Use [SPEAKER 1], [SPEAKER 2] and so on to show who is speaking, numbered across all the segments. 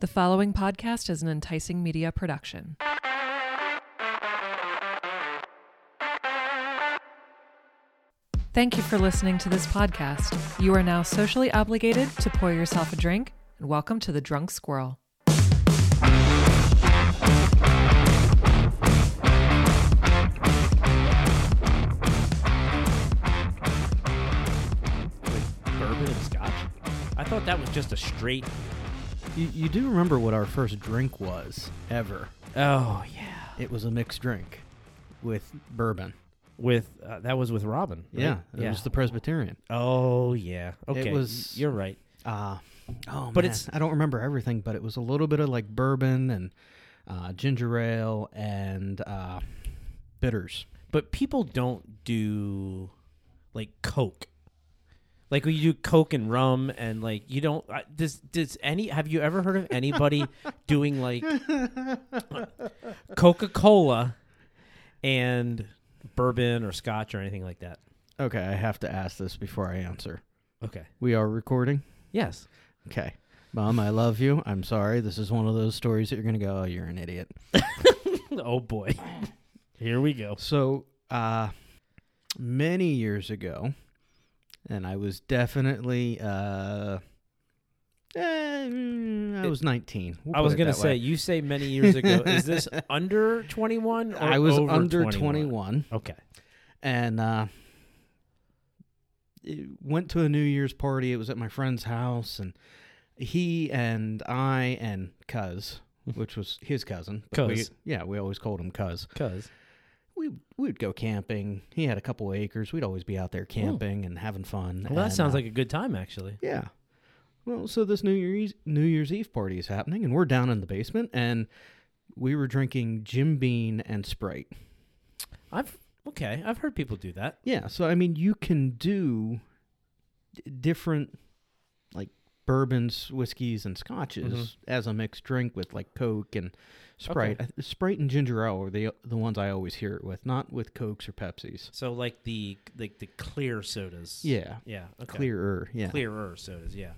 [SPEAKER 1] The following podcast is an enticing media production. Thank you for listening to this podcast. You are now socially obligated to pour yourself a drink, and welcome to The Drunk Squirrel.
[SPEAKER 2] with bourbon and scotch? I thought that was just a straight.
[SPEAKER 3] You, you do remember what our first drink was ever.
[SPEAKER 2] Oh yeah,
[SPEAKER 3] It was a mixed drink with bourbon.
[SPEAKER 2] with uh, that was with Robin. right?
[SPEAKER 3] Yeah, it was the Presbyterian.
[SPEAKER 2] oh yeah. Okay,
[SPEAKER 3] was-
[SPEAKER 2] You're right.
[SPEAKER 3] Uh, oh,
[SPEAKER 2] But
[SPEAKER 3] man,
[SPEAKER 2] it's-
[SPEAKER 3] I don't remember everything, but it was a little bit of like bourbon and uh, ginger ale and uh, bitters.
[SPEAKER 2] But people don't do like Coke. Like we do Coke and rum, and like you don't. I- Does does any? Have you ever heard of anybody doing like Coca Cola and bourbon or scotch or anything like that?
[SPEAKER 3] Okay, I have to ask this before I answer.
[SPEAKER 2] Okay.
[SPEAKER 3] We are recording.
[SPEAKER 2] Yes.
[SPEAKER 3] Okay. Mom, I love you. I'm sorry. This is one of those stories that you're going to go, oh, you're an idiot.
[SPEAKER 2] Oh boy. Here we go.
[SPEAKER 3] So, uh, many years ago, and I was definitely, uh, eh, mm, I
[SPEAKER 2] It-
[SPEAKER 3] was 19. We'll
[SPEAKER 2] I
[SPEAKER 3] put
[SPEAKER 2] was
[SPEAKER 3] it
[SPEAKER 2] gonna
[SPEAKER 3] that
[SPEAKER 2] say,
[SPEAKER 3] way.
[SPEAKER 2] you say many years ago. is this under twenty one?
[SPEAKER 3] I was under 21,
[SPEAKER 2] Okay.
[SPEAKER 3] and, uh, it- went to a New Year's party. It was at my friend's house, and he and I and Cuz, which was his cousin. but we-
[SPEAKER 2] Cuz.
[SPEAKER 3] Yeah, we always called him Cuz.
[SPEAKER 2] Cause
[SPEAKER 3] we we would go camping. He had a couple acres. We'd always be out there camping and having fun.
[SPEAKER 2] Hmm. well, that
[SPEAKER 3] And,
[SPEAKER 2] sounds
[SPEAKER 3] uh,
[SPEAKER 2] like a good time actually.
[SPEAKER 3] yeah. Well, so this New Year's New Year's Eve party is happening, and we're down in the basement, and we were drinking Jim Bean and Sprite.
[SPEAKER 2] I've okay. I've heard people do that.
[SPEAKER 3] Yeah, so I mean, you can do d- different like bourbons, whiskeys, and scotches
[SPEAKER 2] Mm-hmm.
[SPEAKER 3] as a mixed drink with like Coke and Sprite. I- Sprite and ginger ale are the the ones I always hear it with, not with Cokes or Pepsis.
[SPEAKER 2] So like the like the clear sodas.
[SPEAKER 3] Yeah.
[SPEAKER 2] Yeah. Okay.
[SPEAKER 3] Clearer, yeah.
[SPEAKER 2] Clearer sodas. Yeah.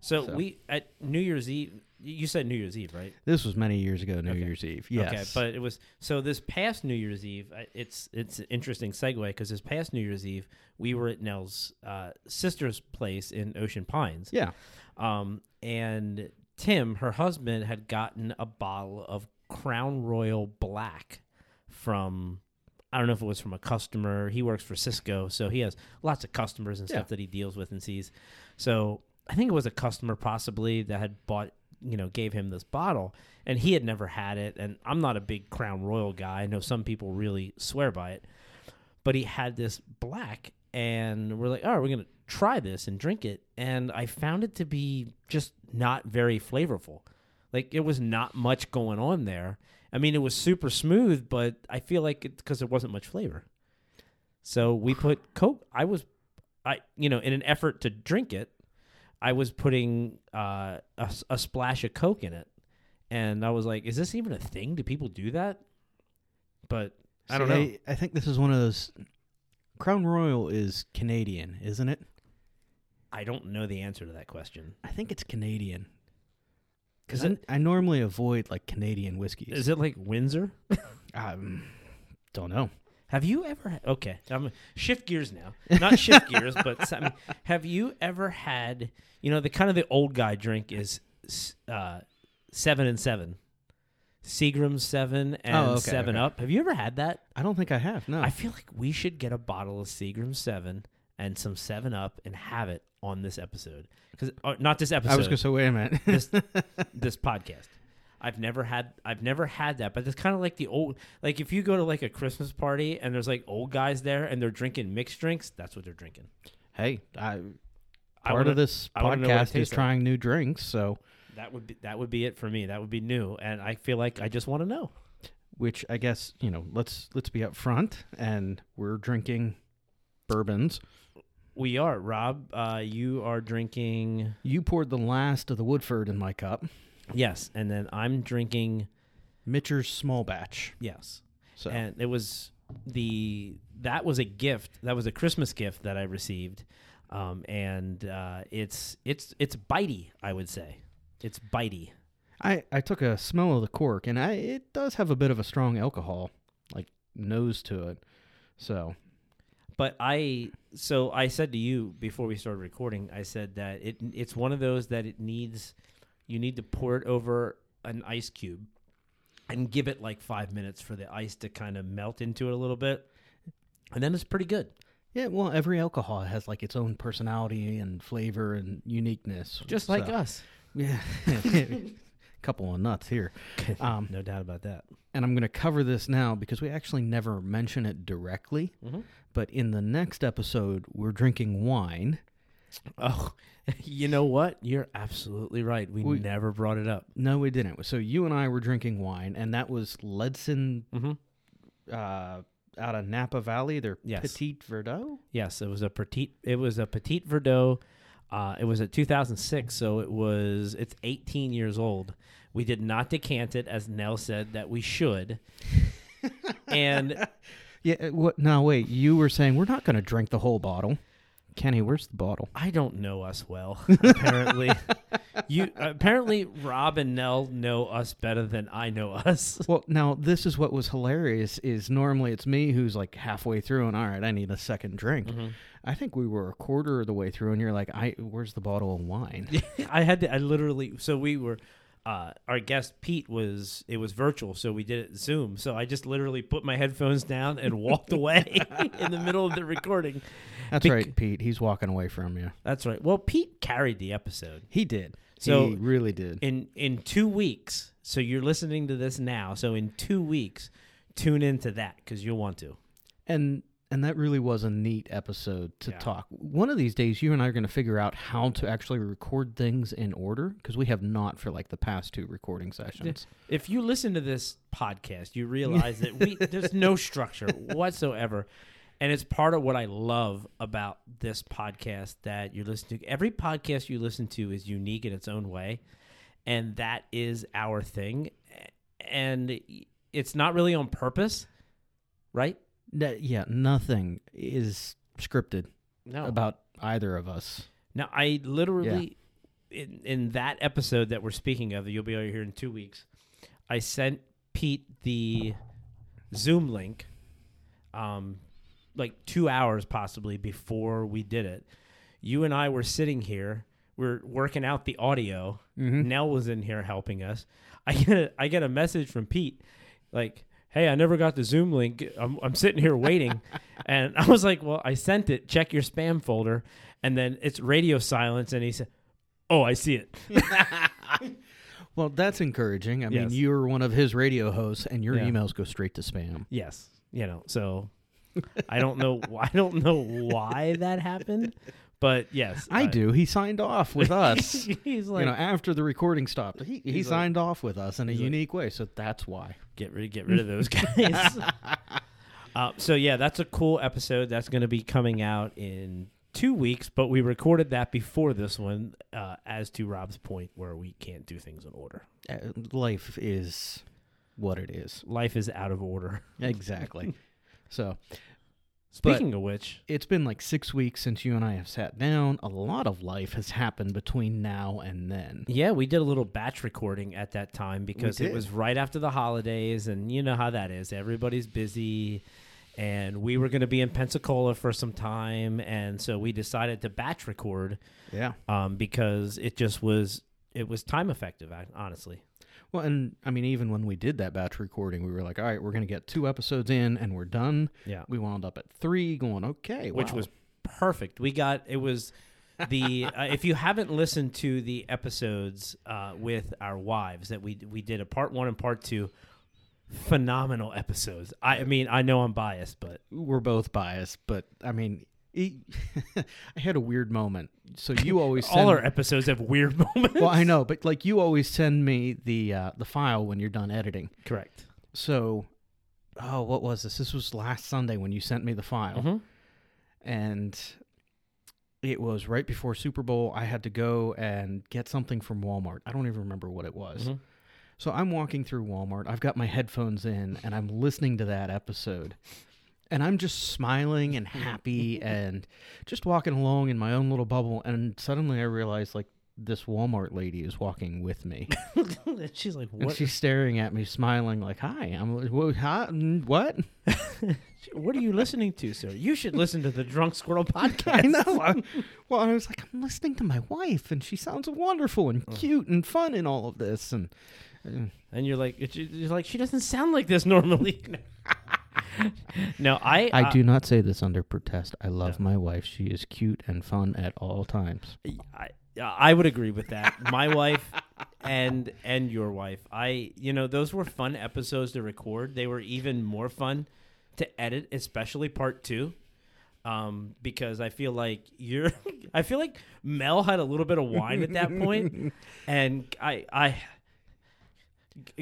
[SPEAKER 2] So,
[SPEAKER 3] So.
[SPEAKER 2] we at New Year's Eve. You said New Year's Eve, right?
[SPEAKER 3] This was many years ago, New
[SPEAKER 2] Okay.
[SPEAKER 3] Year's Eve. Yes.
[SPEAKER 2] Okay, but it was so this past New Year's Eve. I- It's it's an interesting segue because this past New Year's Eve we were at Nell's uh, sister's place in Ocean Pines.
[SPEAKER 3] yeah,
[SPEAKER 2] Um, and Tim, her husband, had gotten a bottle of Crown Royal Black from I don't know if it was from a customer. He works for Cisco, so he has lots of customers and stuff
[SPEAKER 3] Yeah.
[SPEAKER 2] that he deals with and sees. So I think it was a customer possibly that had bought you know gave him this bottle and he had never had it and i'm not a big crown royal guy i know some people really swear by it but he had this black and we're like oh we're gonna try this and drink it and i found it to be just not very flavorful like it was not much going on there i mean it was super smooth but i feel like it because there wasn't much flavor so we put coke i was i you know in an effort to drink it i was putting uh, a, s- a splash of coke in it and i was like is this even a thing do people do that but i don't
[SPEAKER 3] See,
[SPEAKER 2] know
[SPEAKER 3] I, I think this is one of those. Crown Royal is Canadian, isn't it?
[SPEAKER 2] I don't know the answer to that question.
[SPEAKER 3] I think it's Canadian.
[SPEAKER 2] Is
[SPEAKER 3] Because
[SPEAKER 2] it,
[SPEAKER 3] I, normally avoid like Canadian whiskeys.
[SPEAKER 2] is it like Windsor?
[SPEAKER 3] um, don't know.
[SPEAKER 2] Have you ever ha- okay? I'm shift gears now. Not shift gears, but s- I mean, have you ever had you know the kind of the old guy drink is s- uh, seven and seven, Seagram's seven and
[SPEAKER 3] Oh, okay,
[SPEAKER 2] seven
[SPEAKER 3] okay.
[SPEAKER 2] up. Have you ever had that?
[SPEAKER 3] I don't think I have. No.
[SPEAKER 2] I feel like we should get a bottle of Seagram seven and some seven up and have it on this episode because not this episode.
[SPEAKER 3] I was going to say, wait a minute.
[SPEAKER 2] this this podcast. I've never had I've never had that, but it's kind of like the old like if you go to like a Christmas party and there's like old guys there and they're drinking mixed drinks, that's what they're drinking.
[SPEAKER 3] hey, I,
[SPEAKER 2] I
[SPEAKER 3] part
[SPEAKER 2] wanna-
[SPEAKER 3] of this
[SPEAKER 2] I wanna know what it
[SPEAKER 3] podcast is
[SPEAKER 2] tastes like.
[SPEAKER 3] trying new drinks, so
[SPEAKER 2] That would be that would be it for me. That would be new, and I feel like I just want to know.
[SPEAKER 3] which I guess you know. Let's let's be upfront, and we're drinking bourbons.
[SPEAKER 2] We are Rob. Uh, you are drinking
[SPEAKER 3] You poured the last of the Woodford in my cup,
[SPEAKER 2] yes, and then I'm drinking
[SPEAKER 3] Mitcher's small batch.
[SPEAKER 2] yes,
[SPEAKER 3] So
[SPEAKER 2] and it was the that was a gift that was a Christmas gift that I received, um, and uh, it's it's it's bitey. I would say it's bitey.
[SPEAKER 3] I, I took a smell of the cork, and I, it does have a bit of a strong alcohol, like nose to it. So
[SPEAKER 2] But I so I said to you before we started recording, I said that it it's one of those that it needs you need to pour it over an ice cube and give it like 5 minutes for the ice to kind of melt into it a little bit. And then it's pretty good.
[SPEAKER 3] yeah, well, every alcohol has like its own personality and flavor and uniqueness,
[SPEAKER 2] Just like
[SPEAKER 3] so-
[SPEAKER 2] us.
[SPEAKER 3] yeah, couple of nuts here. Um,
[SPEAKER 2] no doubt about that.
[SPEAKER 3] and I'm going to cover this now because we actually never mention it directly.
[SPEAKER 2] Mhm.
[SPEAKER 3] But in the next episode, we're drinking wine.
[SPEAKER 2] Oh, you know what? You're absolutely right. We,
[SPEAKER 3] We-
[SPEAKER 2] never brought it up.
[SPEAKER 3] No, we didn't. So you and I were drinking wine, and that was Ledson
[SPEAKER 2] Mm-hmm.
[SPEAKER 3] uh, out of Napa Valley. Their
[SPEAKER 2] Yes.
[SPEAKER 3] Petite Verdot.
[SPEAKER 2] Yes, it was a petite. It was a petite Verdot. Uh, it was a 2006, so it was it's 18 years old. We did not decant it, as Nell said that we should. and
[SPEAKER 3] Yeah. uh, What? No, wait. You were saying we're not going to drink the whole bottle. Kenny, where's the bottle?
[SPEAKER 2] I don't know us well. Apparently, you apparently Rob and Nell know us better than I know us.
[SPEAKER 3] Well, now this is what was hilarious. Is normally it's me who's like halfway through, and all right, I need a second drink. I think we were a quarter of the way through, and you're like, "I, where's the bottle of wine?"
[SPEAKER 2] I had to, I literally, so we were, uh, our guest Pete was, it was virtual, so we did it Zoom. So I just literally put my headphones down and walked away in the middle of the recording.
[SPEAKER 3] That's
[SPEAKER 2] Bec-
[SPEAKER 3] right, Pete. He's walking away from you.
[SPEAKER 2] That's right. Well, Pete carried the episode
[SPEAKER 3] He did.
[SPEAKER 2] So-
[SPEAKER 3] he really did.
[SPEAKER 2] in, in two weeks. So you're listening to this now. So in two weeks, tune into that because you'll want to.
[SPEAKER 3] and and that really was a neat episode to
[SPEAKER 2] Yeah.
[SPEAKER 3] talk. One of these days, you and I are going to figure out how to actually record things in order because we have not for like the past two recording sessions.
[SPEAKER 2] If you listen to this podcast, you realize that we there's no structure whatsoever. And it's part of what I love about this podcast that you listen to. Every podcast you listen to is unique in its own way, and that is our thing. And it's not really on purpose, right?
[SPEAKER 3] That- yeah, nothing is scripted
[SPEAKER 2] No.
[SPEAKER 3] about either of us.
[SPEAKER 2] Now I literally in in that episode that we're speaking of, you'll be over here in two weeks. I sent Pete the Zoom link, um, like two hours possibly before we did it. You and I were sitting here. We're working out the audio.
[SPEAKER 3] Mm-hmm.
[SPEAKER 2] Nell was in here helping us. I get a, I get a message from Pete, like, "Hey, I never got the Zoom link. I'm, I'm sitting here waiting," and I was like, "Well, I sent it. Check your spam folder." And then it's radio silence, and he said, "Oh, I see it."
[SPEAKER 3] Well, that's encouraging. I
[SPEAKER 2] Yes.
[SPEAKER 3] mean, you're one of his radio hosts, and your
[SPEAKER 2] Yeah.
[SPEAKER 3] emails go straight to spam.
[SPEAKER 2] Yes, you know. So I don't know. I don't know why that happened, but yes, uh,
[SPEAKER 3] I do. He signed off with us.
[SPEAKER 2] He's like,
[SPEAKER 3] you know, after the recording stopped, he, he
[SPEAKER 2] He's like-
[SPEAKER 3] signed off with us in a
[SPEAKER 2] he's like-
[SPEAKER 3] unique way. So that's why.
[SPEAKER 2] get rid get rid of those guys. uh, so yeah, that's a cool episode. That's going to be coming out in two weeks, but we recorded that before this one. Uh, as to Rob's point, where we can't do things in order,
[SPEAKER 3] Uh, life is what it is.
[SPEAKER 2] life is out of order.
[SPEAKER 3] Exactly. so But-
[SPEAKER 2] Speaking of which,
[SPEAKER 3] it's been like six weeks since you and I have sat down. A lot of life has happened between now and then.
[SPEAKER 2] yeah, we did a little batch recording at that time because it
[SPEAKER 3] did.
[SPEAKER 2] was right after the holidays, and you know how that is. Everybody's busy. And we were going to be in Pensacola for some time, and so we decided to batch record
[SPEAKER 3] Yeah.
[SPEAKER 2] um, because it just was it was time effective. I- Honestly,
[SPEAKER 3] Well, and I mean, even when we did that batch recording, we were like, all right, we're going to get two episodes in and we're done.
[SPEAKER 2] yeah,
[SPEAKER 3] We wound up at three, going, okay.
[SPEAKER 2] which
[SPEAKER 3] wow.
[SPEAKER 2] was perfect. We got it was the uh, if you haven't listened to the episodes uh, with our wives that we we did a part one and part two, phenomenal episodes. I, I mean, I know I'm biased, but
[SPEAKER 3] we're both biased, but I mean, e- I had a weird moment. So you always send
[SPEAKER 2] all our episodes have weird moments.
[SPEAKER 3] Well, I know, but like you always send me the uh, the file when you're done editing.
[SPEAKER 2] Correct.
[SPEAKER 3] So, oh, what was this? This was last Sunday when you sent me the file,
[SPEAKER 2] Mhm.
[SPEAKER 3] and it was right before Super Bowl. I had to go and get something from Walmart. I don't even remember what it was.
[SPEAKER 2] Mhm.
[SPEAKER 3] So I'm walking through Walmart. I've got my headphones in, and I'm listening to that episode. And I'm just smiling and happy and just walking along in my own little bubble. And suddenly I realized, like, this Walmart lady is walking with me.
[SPEAKER 2] And she's like,
[SPEAKER 3] And
[SPEAKER 2] what?
[SPEAKER 3] she's staring at me, smiling like, "Hi." I'm like, "Wha- hi? Mm, "What?"
[SPEAKER 2] what are you listening to, sir? You should listen to the Drunk Squirrel podcast.
[SPEAKER 3] I know. I- well, I was like, "I'm listening to my wife, and she sounds wonderful and cute and fun in all of this." And
[SPEAKER 2] And you're like, it's- you're like, she doesn't sound like this normally. no, I, uh,
[SPEAKER 3] I do not say this under protest. I love my wife. She is cute and fun at all times.
[SPEAKER 2] I, I would agree with that. My wife and and your wife. I you know those were fun episodes to record. They were even more fun to edit, especially part two, um, because I feel like you're. I feel like Mel had a little bit of wine at that point, and I I.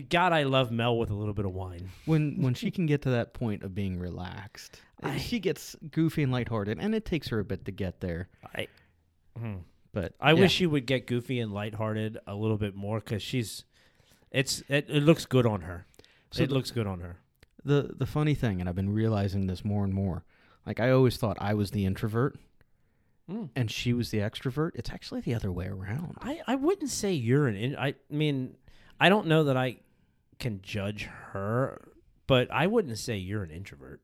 [SPEAKER 2] God, I love Mel with a little bit of wine.
[SPEAKER 3] When when she can get to that point of being relaxed, eh, she gets goofy and lighthearted, and it takes her a bit to get there.
[SPEAKER 2] I hmm.
[SPEAKER 3] But
[SPEAKER 2] I
[SPEAKER 3] yeah.
[SPEAKER 2] wish she would get goofy and lighthearted a little bit more because she's, it's it, it looks good on her.
[SPEAKER 3] So
[SPEAKER 2] it
[SPEAKER 3] the-
[SPEAKER 2] looks good on her.
[SPEAKER 3] the the funny thing, and I've been realizing this more and more. Like I always thought I was the introvert,
[SPEAKER 2] Mm.
[SPEAKER 3] and she was the extrovert. It's actually the other way around.
[SPEAKER 2] I, I wouldn't say you're an. In, I mean, I don't know that I can judge her, but I wouldn't say you're an introvert.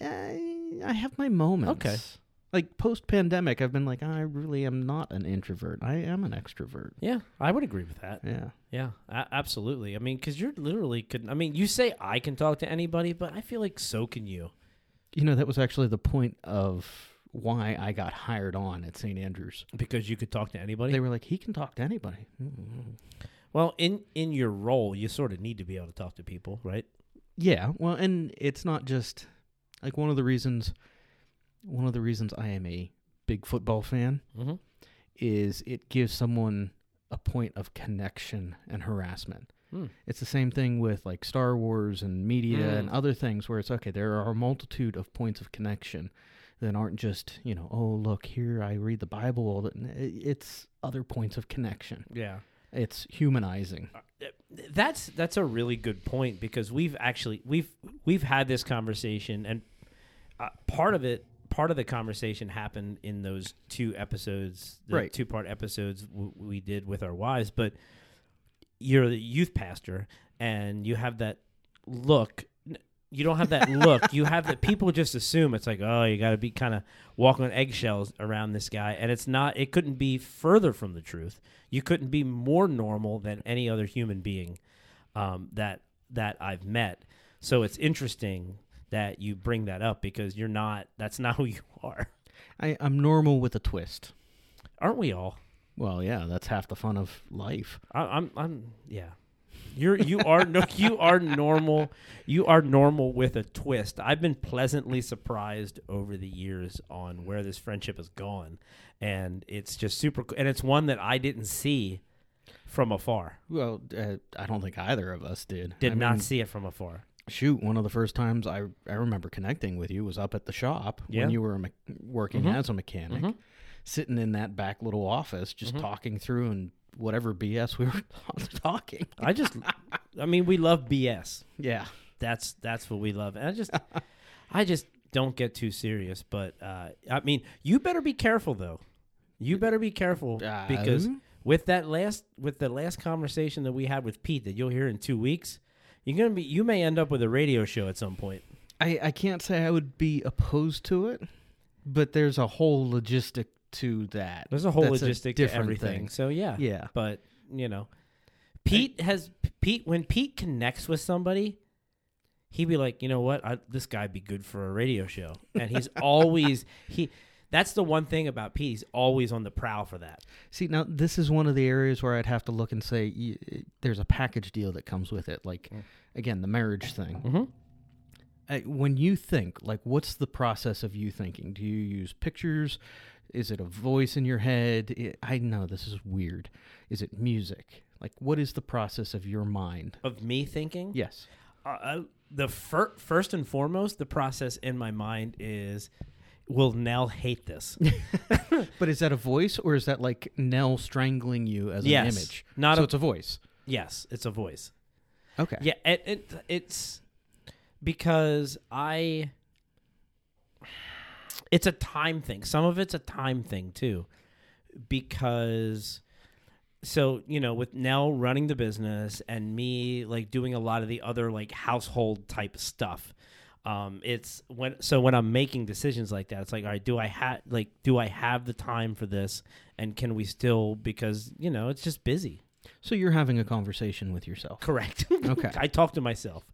[SPEAKER 3] Yeah, I- I have my moments.
[SPEAKER 2] Okay.
[SPEAKER 3] Like post pandemic, I've been like, I really am not an introvert. I am an extrovert.
[SPEAKER 2] Yeah, I would agree with that.
[SPEAKER 3] Yeah.
[SPEAKER 2] Yeah, a- absolutely. I mean, because you're literally could. I mean, you say I can talk to anybody, but I feel like so can you.
[SPEAKER 3] You know, that was actually the point of why I got hired on at St. Andrews.
[SPEAKER 2] Because you could talk to anybody.
[SPEAKER 3] They were like, he can talk to anybody. Mm.
[SPEAKER 2] well, in in your role, you sort of need to be able to talk to people, right?
[SPEAKER 3] Yeah. Well, and it's not just like one of the reasons, one of the reasons I am a big football fan
[SPEAKER 2] Mm-hmm.
[SPEAKER 3] is it gives someone a point of connection and harassment.
[SPEAKER 2] Hmm.
[SPEAKER 3] It's the same thing with like Star Wars and media
[SPEAKER 2] Mm.
[SPEAKER 3] and other things where it's okay, there are a multitude of points of connection that aren't just, you know, oh, look, here I read the Bible. all the- It's other points of connection.
[SPEAKER 2] Yeah.
[SPEAKER 3] It's humanizing.
[SPEAKER 2] Uh, that's that's a really good point because we've actually we've we've had this conversation and uh, part of it part of the conversation happened in those two episodes the
[SPEAKER 3] Right.
[SPEAKER 2] two part episodes w- we did with our wives but you're the youth pastor and you have that look N- you don't have that look you have that people just assume it's like oh you got to be kind of walking on eggshells around this guy and it's not it couldn't be further from the truth you couldn't be more normal than any other human being um, that that I've met. So it's interesting that you bring that up because you're not. That's not who you are,
[SPEAKER 3] I, I'm normal with a twist.
[SPEAKER 2] aren't we all?
[SPEAKER 3] Well, yeah, that's half the fun of life.
[SPEAKER 2] I, I'm. I'm. Yeah. You're. You are. No, you are normal. You are normal with a twist. I've been pleasantly surprised over the years on where this friendship has gone, and it's just super. co- And it's one that I didn't see from afar.
[SPEAKER 3] Well, uh, I don't think either of us did.
[SPEAKER 2] Did
[SPEAKER 3] I
[SPEAKER 2] not
[SPEAKER 3] mean,
[SPEAKER 2] see it from afar.
[SPEAKER 3] shoot. One of the first times I I remember connecting with you was up at the shop
[SPEAKER 2] Yeah. Mm-hmm.
[SPEAKER 3] when you were a me- working as a mechanic, sitting in that back little office, just
[SPEAKER 2] Mm-hmm.
[SPEAKER 3] talking through and whatever BS we were talking.
[SPEAKER 2] I just. I mean, we love BS.
[SPEAKER 3] Yeah,
[SPEAKER 2] that's that's what we love. And I just I just don't get too serious, but uh, I mean, you better be careful though. You better be careful because
[SPEAKER 3] Um?
[SPEAKER 2] with that last with the last conversation that we had with Pete that you'll hear in 2 weeks, you're going to be you may end up with a radio show at some point.
[SPEAKER 3] I I can't say I would be opposed to it, but there's a whole logistic to that.
[SPEAKER 2] There's a whole
[SPEAKER 3] That's
[SPEAKER 2] logistic to
[SPEAKER 3] different
[SPEAKER 2] everything.
[SPEAKER 3] thing.
[SPEAKER 2] So yeah.
[SPEAKER 3] Yeah.
[SPEAKER 2] But, you know, Pete has Pete when Pete connects with somebody, he'd be like, "You know what? I, this guy'd be good for a radio show." And he's always he that's the one thing about Pete. He's always on the prowl for that.
[SPEAKER 3] See, now this is one of the areas where I'd have to look and say y- it- there's a package deal that comes with it. Like,
[SPEAKER 2] Mm.
[SPEAKER 3] again, the marriage thing.
[SPEAKER 2] Mhm.
[SPEAKER 3] I, when you think, like, what's the process of you thinking? Do you use pictures? Is it a voice in your head? I I know this is weird. Is it music? Like, what is the process of your mind?
[SPEAKER 2] Of me thinking,
[SPEAKER 3] Yes.
[SPEAKER 2] uh, uh, the fir- first and foremost, the process in my mind is, will Nell hate this?
[SPEAKER 3] But is that a voice or is that like Nell strangling you as
[SPEAKER 2] Yes.
[SPEAKER 3] an image?
[SPEAKER 2] Not
[SPEAKER 3] so
[SPEAKER 2] a-
[SPEAKER 3] it's a voice.
[SPEAKER 2] yes, it's a voice.
[SPEAKER 3] Okay.
[SPEAKER 2] Yeah, it, it it's because I it's a time thing. Some of it's a time thing too. because so you know with nell running the business and me like doing a lot of the other like household type stuff um it's when so when i'm making decisions like that it's like all right do i have like do i have the time for this and can we still because you know it's just busy
[SPEAKER 3] So you're having a conversation with yourself.
[SPEAKER 2] correct
[SPEAKER 3] Okay.
[SPEAKER 2] i talk to myself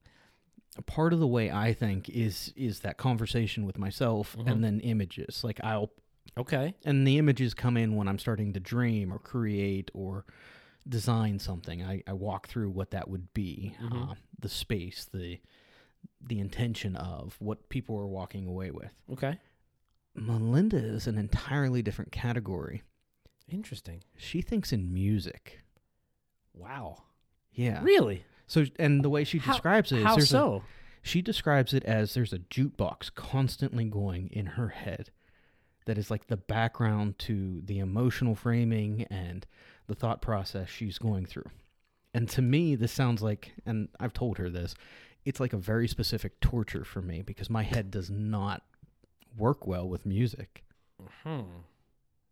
[SPEAKER 3] Part of the way I think is is that conversation with myself
[SPEAKER 2] Mhm.
[SPEAKER 3] and then images. Like I'll
[SPEAKER 2] okay
[SPEAKER 3] and the images come in when I'm starting to dream or create or design something. I, I walk through what that would be,
[SPEAKER 2] Mhm.
[SPEAKER 3] uh, the space, the the intention of what people are walking away with.
[SPEAKER 2] okay
[SPEAKER 3] Melinda is an entirely different category.
[SPEAKER 2] interesting
[SPEAKER 3] She thinks in music.
[SPEAKER 2] wow
[SPEAKER 3] Yeah.
[SPEAKER 2] really
[SPEAKER 3] So and the way she
[SPEAKER 2] How-
[SPEAKER 3] describes it is
[SPEAKER 2] how
[SPEAKER 3] there's a-
[SPEAKER 2] so
[SPEAKER 3] She describes it as there's a jukebox constantly going in her head that is like the background to the emotional framing and the thought process she's going through. And to me, this sounds like, and I've told her this, it's like a very specific torture for me because my head does not work well with music.
[SPEAKER 2] hmm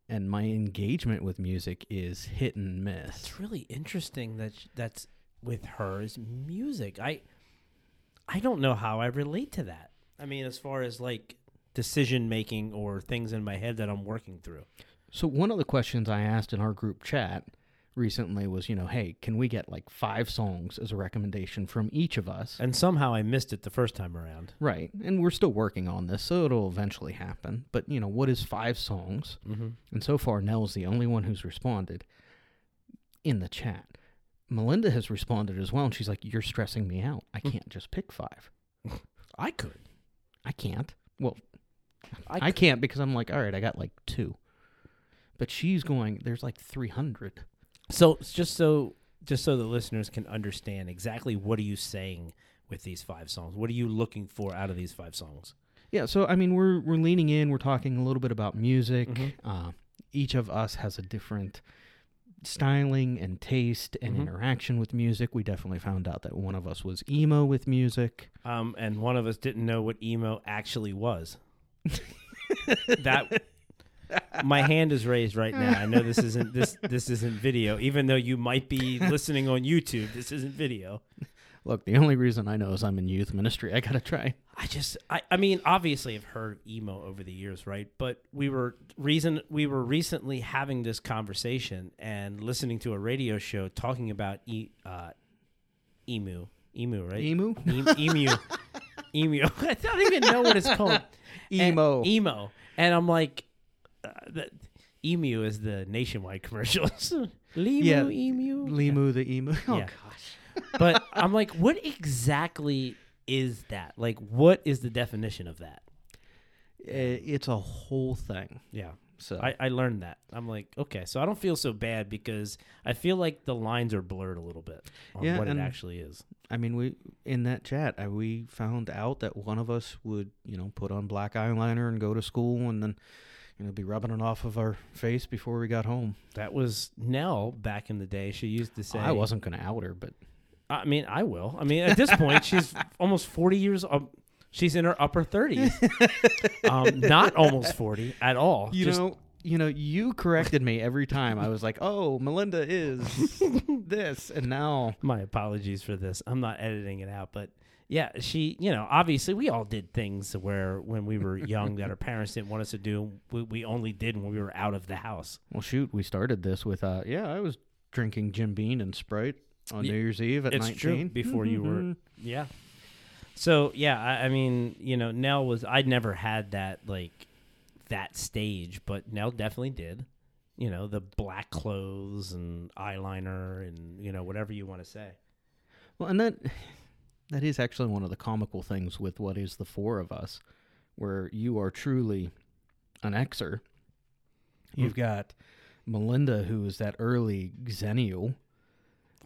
[SPEAKER 3] And my engagement with music is hit and miss.
[SPEAKER 2] It's really interesting that sh- that's with her is music. I I don't know how I relate to that. I mean, as far as like decision making or things in my head that I'm working through.
[SPEAKER 3] So one of the questions I asked in our group chat recently was, you know, hey, can we get like five songs as a recommendation from each of us?
[SPEAKER 2] And somehow I missed it the first time around.
[SPEAKER 3] Right. And we're still working on this, so it'll eventually happen. But, you know, what is five songs?
[SPEAKER 2] Mm-hmm.
[SPEAKER 3] And so far Nell's the only one who's responded in the chat. Melinda has responded as well, and she's like, "You're stressing me out. I can't just pick five.
[SPEAKER 2] I could.
[SPEAKER 3] I can't. Well,
[SPEAKER 2] I
[SPEAKER 3] I can't because I'm like, all right, I got like two, but she's going. There's like 300.
[SPEAKER 2] So it's just so just so the listeners can understand exactly what are you saying with these five songs. What are you looking for out of these five songs?
[SPEAKER 3] Yeah, so I mean, we're we're leaning in. We're talking a little bit about music.
[SPEAKER 2] Mhm.
[SPEAKER 3] Uh, each of us has a different styling and taste and
[SPEAKER 2] Mhm.
[SPEAKER 3] interaction with music. We definitely found out that one of us was emo with music.
[SPEAKER 2] Um, and one of us didn't know what emo actually was. that my hand is raised right now. I know this isn't this this isn't video, even though you might be listening on YouTube. This isn't video.
[SPEAKER 3] Look, the only reason I know is I'm in youth ministry. I gotta try.
[SPEAKER 2] I just I, I mean obviously I've heard emo over the years, right? But we were reason we were recently having this conversation and listening to a radio show talking about e, uh, emu emu right
[SPEAKER 3] Emu?
[SPEAKER 2] Em- emu emu. I don't even know what it's called. And-
[SPEAKER 3] Emo.
[SPEAKER 2] emo. And I'm like, uh, the, emu is the nationwide commercials. Lemu,
[SPEAKER 3] Yeah.
[SPEAKER 2] emu.
[SPEAKER 3] Limu the emu. Oh,
[SPEAKER 2] Yeah.
[SPEAKER 3] gosh.
[SPEAKER 2] But I'm like, what exactly is that? Like, what is the definition of that?
[SPEAKER 3] Uh, It's a whole thing.
[SPEAKER 2] Yeah.
[SPEAKER 3] So
[SPEAKER 2] I, I learned that. I'm like, okay, so I don't feel so bad because I feel like the lines are blurred a little bit on
[SPEAKER 3] Yeah,
[SPEAKER 2] what it
[SPEAKER 3] and-
[SPEAKER 2] actually is.
[SPEAKER 3] I mean, we in that chat, I, we found out that one of us would, you know, put on black eyeliner and go to school, and then, you know, be rubbing it off of our face before we got home.
[SPEAKER 2] That was Nell back in the day. She used to say,
[SPEAKER 3] I wasn't going to out her, but
[SPEAKER 2] I mean, I will. I mean, at this point, she's almost 40 years old. She's in her upper 30s. um, not almost 40 at all.
[SPEAKER 3] you
[SPEAKER 2] Just-
[SPEAKER 3] know, you know, you corrected me every time. I was like, "Oh, Melinda is this," and now
[SPEAKER 2] my apologies for this. I'm not editing it out, but yeah, she, you know, obviously we all did things where when we were young that our parents didn't want us to do. We, we only did when we were out of the house.
[SPEAKER 3] Well, shoot, we started this with, uh, yeah, I was drinking Jim Bean and Sprite on
[SPEAKER 2] Ye-
[SPEAKER 3] New Year's Eve at
[SPEAKER 2] it's
[SPEAKER 3] 19.
[SPEAKER 2] true, before you were- Yeah. So yeah, I, I mean, you know, Nell was I'd never had that like that stage, but Nell definitely did. You know, the black clothes and eyeliner and you know, whatever you want to say.
[SPEAKER 3] Well, and that that is actually one of the comical things with what is the four of us, where you are truly an Xer. You've got Melinda, who is that early Xennial,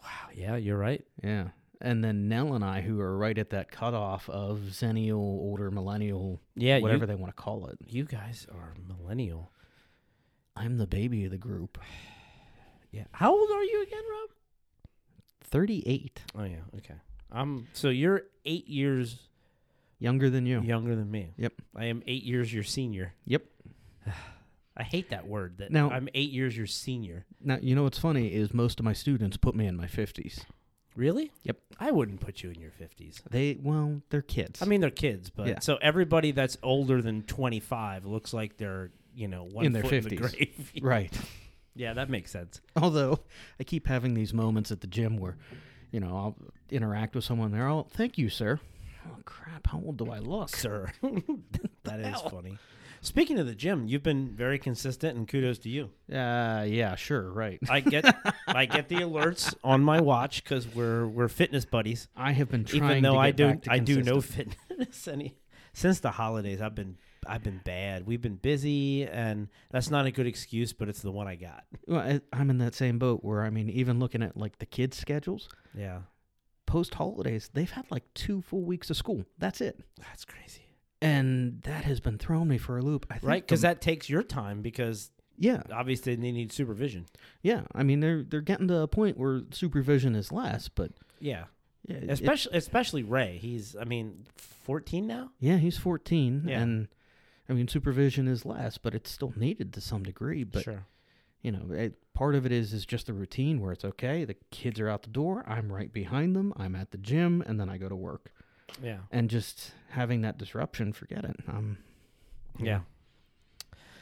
[SPEAKER 2] Wow, yeah, you're right.
[SPEAKER 3] yeah, and then Nell and I, who are right at that cutoff of Xennial, older Millennial,
[SPEAKER 2] Yeah,
[SPEAKER 3] whatever
[SPEAKER 2] You,
[SPEAKER 3] they want to call it.
[SPEAKER 2] you guys are millennial.
[SPEAKER 3] I'm the baby of the group,
[SPEAKER 2] Yeah. How old are you again, Rob?
[SPEAKER 3] thirty-eight,
[SPEAKER 2] Oh yeah, okay. Um so you're eight years
[SPEAKER 3] younger than you.
[SPEAKER 2] younger than me.
[SPEAKER 3] Yep.
[SPEAKER 2] I am eight years your senior.
[SPEAKER 3] Yep.
[SPEAKER 2] I hate that word. That
[SPEAKER 3] Now-
[SPEAKER 2] I'm eight years your senior.
[SPEAKER 3] Now, you know what's funny is most of my students put me in my 50s.
[SPEAKER 2] Really?
[SPEAKER 3] Yep.
[SPEAKER 2] I wouldn't put you in your fifties.
[SPEAKER 3] They, well, they're kids.
[SPEAKER 2] I mean, they're kids, but
[SPEAKER 3] Yeah.
[SPEAKER 2] so everybody that's older than 25 looks like they're you know one
[SPEAKER 3] In their
[SPEAKER 2] foot in the
[SPEAKER 3] 50s.
[SPEAKER 2] grave.
[SPEAKER 3] right.
[SPEAKER 2] yeah, that makes sense.
[SPEAKER 3] Although I keep having these moments at the gym where, you know, I'll interact with someone there. Oh, thank you, sir. Oh, crap. How old do I look?
[SPEAKER 2] Sir, that is
[SPEAKER 3] hell?
[SPEAKER 2] funny. Speaking of the gym, you've been very consistent, and kudos to you.
[SPEAKER 3] Uh, yeah, sure. Right.
[SPEAKER 2] I get I get the alerts on my watch because we're we're fitness buddies.
[SPEAKER 3] I have been trying
[SPEAKER 2] Even though
[SPEAKER 3] to
[SPEAKER 2] I
[SPEAKER 3] get
[SPEAKER 2] do
[SPEAKER 3] back to
[SPEAKER 2] I do no
[SPEAKER 3] consistent.
[SPEAKER 2] fitness any since the holidays. I've been I've been bad. We've been busy, and that's not a good excuse, but it's the one I got.
[SPEAKER 3] Well, I, I'm in that same boat where, I mean, even looking at like the kids' schedules,
[SPEAKER 2] Yeah,
[SPEAKER 3] post holidays, they've had like two full weeks of school. That's it.
[SPEAKER 2] that's crazy,
[SPEAKER 3] And that has been throwing me for a loop. I think
[SPEAKER 2] right? Because
[SPEAKER 3] the-
[SPEAKER 2] that takes your time because
[SPEAKER 3] yeah,
[SPEAKER 2] obviously they need supervision.
[SPEAKER 3] yeah. I mean, they're they're getting to a point where supervision is less, but
[SPEAKER 2] Yeah,
[SPEAKER 3] yeah, it-
[SPEAKER 2] especially especially Ray. He's I mean, fourteen now.
[SPEAKER 3] yeah, he's fourteen,
[SPEAKER 2] Yeah.
[SPEAKER 3] and I mean, supervision is less, but it's still needed to some degree. But
[SPEAKER 2] sure.
[SPEAKER 3] you know, it, part of it is is just the routine where it's okay. The kids are out the door, I'm right behind them, I'm at the gym, and then I go to work.
[SPEAKER 2] Yeah.
[SPEAKER 3] And just having that disruption, forget it. Um,
[SPEAKER 2] Yeah.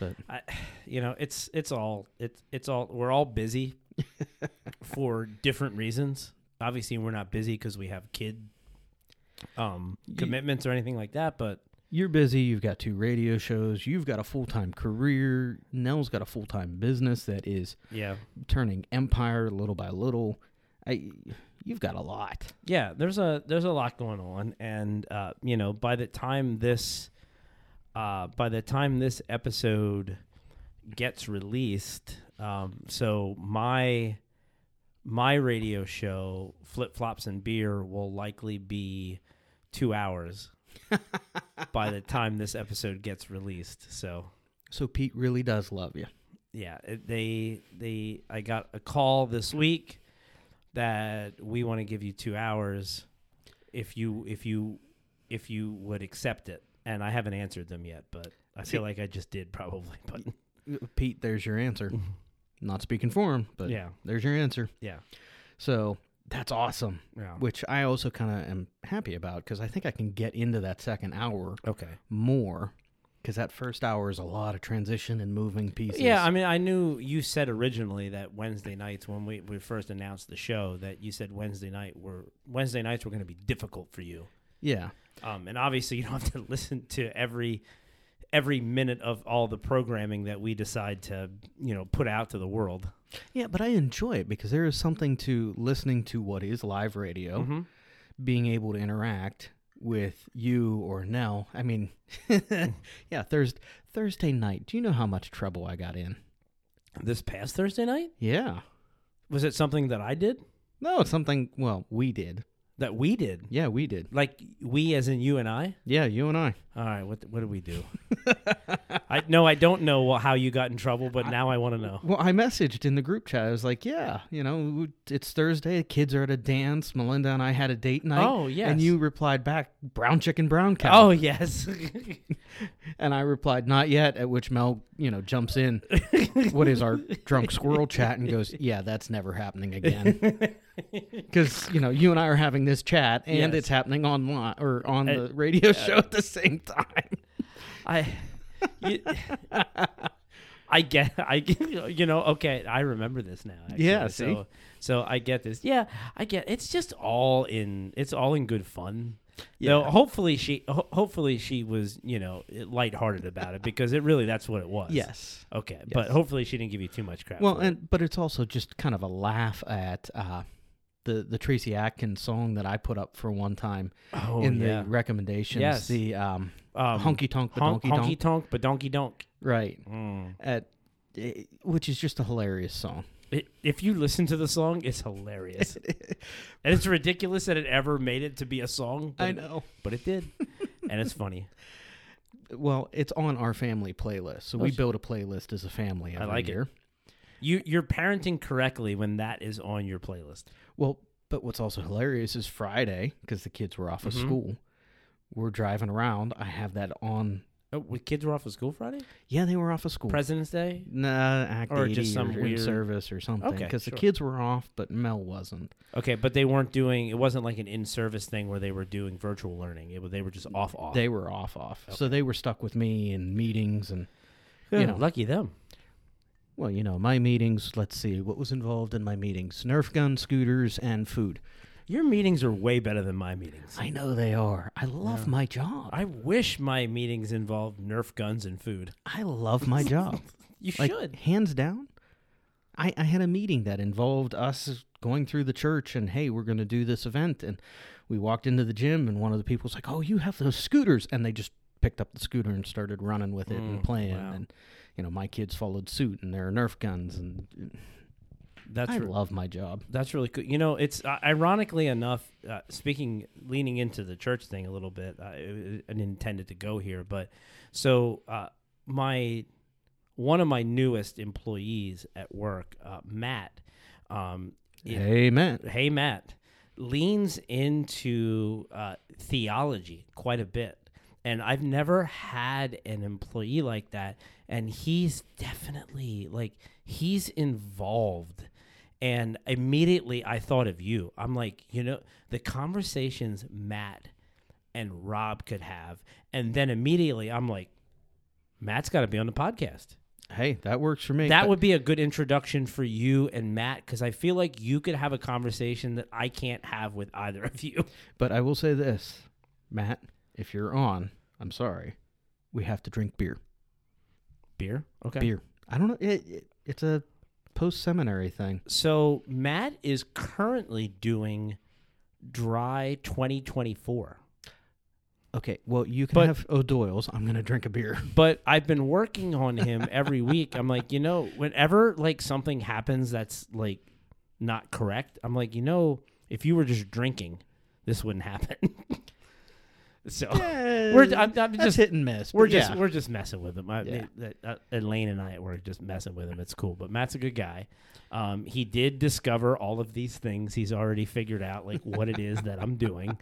[SPEAKER 3] But-
[SPEAKER 2] I, you know, it's it's all it's it's all we're all busy for different reasons. Obviously, we're not busy because we have kid um
[SPEAKER 3] Ye-
[SPEAKER 2] commitments or anything like that. But
[SPEAKER 3] you're busy. You've got two radio shows. You've got a full time career. Nell's got a full time business that is
[SPEAKER 2] yeah,
[SPEAKER 3] turning empire little by little. I, you've got a lot.
[SPEAKER 2] yeah. There's a there's a lot going on, and uh, you know, by the time this uh, by the time this episode gets released, um, so my my radio show Flip Flops and Beer will likely be two hours by the time this episode gets released. So
[SPEAKER 3] So Pete really does love you.
[SPEAKER 2] yeah, it- they they I got a call this week that we want to give you two hours if you if you if you would accept it, and I haven't answered them yet, but I feel like I just did probably, but
[SPEAKER 3] Pete, there's your answer. Not speaking for him, but
[SPEAKER 2] yeah,
[SPEAKER 3] there's your answer.
[SPEAKER 2] yeah,
[SPEAKER 3] So that's awesome,
[SPEAKER 2] yeah.
[SPEAKER 3] which I also kind of am happy about because I think I can get into that second hour
[SPEAKER 2] Okay.
[SPEAKER 3] more because that first hour is a lot of transition and moving pieces.
[SPEAKER 2] Yeah, I mean, I knew you said originally that Wednesday nights, when we, we first announced the show, that you said Wednesday night were Wednesday nights were going to be difficult for you,
[SPEAKER 3] yeah.
[SPEAKER 2] um, and obviously you don't have to listen to every every minute of all the programming that we decide to you know put out to the world.
[SPEAKER 3] Yeah, but I enjoy it because there is something to listening to what is live radio,
[SPEAKER 2] Mm-hmm.
[SPEAKER 3] being able to interact with you or Nell. I mean,
[SPEAKER 2] Mm-hmm.
[SPEAKER 3] yeah, Thursday Thursday night. Do you know how much trouble I got in?
[SPEAKER 2] This past Thursday night
[SPEAKER 3] Yeah.
[SPEAKER 2] was it something that I did
[SPEAKER 3] No, it's something. Well, we did.
[SPEAKER 2] that we did,
[SPEAKER 3] Yeah, we did.
[SPEAKER 2] like we as in you and I.
[SPEAKER 3] Yeah, you and I.
[SPEAKER 2] All right, what what do we do? I no, I don't know wh- how you got in trouble, but now I want to know.
[SPEAKER 3] Well, I messaged in the group chat. I was like, "Yeah, you know, it's Thursday. Kids are at a dance. Melinda and I had a date night."
[SPEAKER 2] Oh, yes.
[SPEAKER 3] And you replied back, "Brown chicken, brown cow."
[SPEAKER 2] Oh yes.
[SPEAKER 3] And I replied, "Not yet." At which Mel, you know, jumps in, what is our drunk squirrel chat, and goes, "Yeah, that's never happening again." Because you know, you and I are having this chat, and
[SPEAKER 2] Yes.
[SPEAKER 3] it's happening online or on
[SPEAKER 2] Uh,
[SPEAKER 3] the radio show at the same time.
[SPEAKER 2] I, you, I get, I, get- you know, okay, I remember this now. actually.
[SPEAKER 3] Yeah, see?
[SPEAKER 2] so, so I get this. Yeah, I get. It's just all in. It's all in good fun. You know,
[SPEAKER 3] Yeah.
[SPEAKER 2] hopefully she, ho- hopefully she was, you know, lighthearted about it because it really that's what it was.
[SPEAKER 3] Yes.
[SPEAKER 2] Okay, but hopefully she didn't give you too much crap.
[SPEAKER 3] Well,
[SPEAKER 2] for it.
[SPEAKER 3] and but it's also just kind of a laugh at uh, the the Tracy Atkins song that I put up for one time
[SPEAKER 2] oh,
[SPEAKER 3] in
[SPEAKER 2] yeah.
[SPEAKER 3] the recommendations.
[SPEAKER 2] Yes.
[SPEAKER 3] The um,
[SPEAKER 2] um,
[SPEAKER 3] honky tonk, the
[SPEAKER 2] honk,
[SPEAKER 3] donkey
[SPEAKER 2] honky
[SPEAKER 3] donk,
[SPEAKER 2] tonk, but donkey donk.
[SPEAKER 3] right?
[SPEAKER 2] Mm.
[SPEAKER 3] At eh, which is just a hilarious song.
[SPEAKER 2] It, if you listen to the song, it's hilarious, and it's ridiculous that it ever made it to be a song. but it-
[SPEAKER 3] know.
[SPEAKER 2] but it did, and it's funny.
[SPEAKER 3] Well, it's on our family playlist, so we
[SPEAKER 2] Nice.
[SPEAKER 3] build a playlist as a family.
[SPEAKER 2] I
[SPEAKER 3] Every
[SPEAKER 2] like it.
[SPEAKER 3] year.
[SPEAKER 2] You you're parenting correctly when that is on your playlist.
[SPEAKER 3] Well, but what's also hilarious is Friday because the kids were off of
[SPEAKER 2] Mhm.
[SPEAKER 3] school. We're driving around. I have that on
[SPEAKER 2] Oh, we kids were off of school Friday.
[SPEAKER 3] Yeah, they were off of school.
[SPEAKER 2] President's Day.
[SPEAKER 3] Nah, Act
[SPEAKER 2] Or
[SPEAKER 3] 80
[SPEAKER 2] just some
[SPEAKER 3] in
[SPEAKER 2] weird-
[SPEAKER 3] service or something.
[SPEAKER 2] Okay,
[SPEAKER 3] Because
[SPEAKER 2] sure.
[SPEAKER 3] the kids were off, but Mel wasn't.
[SPEAKER 2] Okay, but they weren't doing. It wasn't like an in-service thing where they were doing virtual learning. It, wa- they were just off off.
[SPEAKER 3] They were off off.
[SPEAKER 2] Okay.
[SPEAKER 3] So they were stuck with me in meetings and
[SPEAKER 2] Yeah,
[SPEAKER 3] you know.
[SPEAKER 2] lucky them.
[SPEAKER 3] well, you know, my meetings, let's see, what was involved in my meetings? Nerf gun, scooters, and food.
[SPEAKER 2] Your meetings are way better than my meetings.
[SPEAKER 3] I know they are. I love
[SPEAKER 2] Yeah.
[SPEAKER 3] my job. I,
[SPEAKER 2] I wish my meetings involved Nerf guns and food.
[SPEAKER 3] love my job.
[SPEAKER 2] You
[SPEAKER 3] like,
[SPEAKER 2] should.
[SPEAKER 3] Hands down. I, I had a meeting that involved us going through the church and, hey, we're going to do this event. And we walked into the gym, and one of the people was like, oh, you have those scooters. And they just picked up the scooter and started running with it
[SPEAKER 2] Mm,
[SPEAKER 3] and playing.
[SPEAKER 2] wow.
[SPEAKER 3] And, you know, my kids followed suit, and there are Nerf guns. And
[SPEAKER 2] That's
[SPEAKER 3] I
[SPEAKER 2] re-
[SPEAKER 3] love my job.
[SPEAKER 2] That's really cool. You know, it's uh, ironically enough, uh, speaking, leaning into the church thing a little bit, I, I intended to go here, but so uh, my one of my newest employees at work, uh, Matt. Um, it-
[SPEAKER 3] Amen.
[SPEAKER 2] hey Matt, leans into uh, theology quite a bit. And I've never had an employee like that. And he's definitely like, he's involved. And immediately I thought of you. I'm like, you know, the conversations Matt and Rob could have. And then immediately I'm like, Matt's got to be on the podcast.
[SPEAKER 3] Hey, that works for me.
[SPEAKER 2] That
[SPEAKER 3] But-
[SPEAKER 2] would be a good introduction for you and Matt because I feel like you could have a conversation that I can't have with either of you.
[SPEAKER 3] But I will say this, Matt, if you're on, I'm sorry, we have to drink beer.
[SPEAKER 2] Beer? Okay.
[SPEAKER 3] Beer. I don't know. It, it, it's a post seminary thing.
[SPEAKER 2] So Matt is currently doing dry 2024.
[SPEAKER 3] Okay. Well, you can
[SPEAKER 2] But-
[SPEAKER 3] have O'Doyle's. I'm going to drink a beer.
[SPEAKER 2] But I've been working on him every week. I'm like, you know, whenever like something happens that's like not correct, I'm like, you know, if you were just drinking, this wouldn't happen. so we're I'm, I'm
[SPEAKER 3] That's
[SPEAKER 2] just
[SPEAKER 3] hit and miss.
[SPEAKER 2] We're
[SPEAKER 3] but
[SPEAKER 2] just
[SPEAKER 3] yeah.
[SPEAKER 2] we're just messing with him. I,
[SPEAKER 3] Yeah.
[SPEAKER 2] that- that- Elaine and I at work just messing with him. It's cool, but Matt's a good guy. Um, he did discover all of these things. He's already figured out like what it is that I'm doing.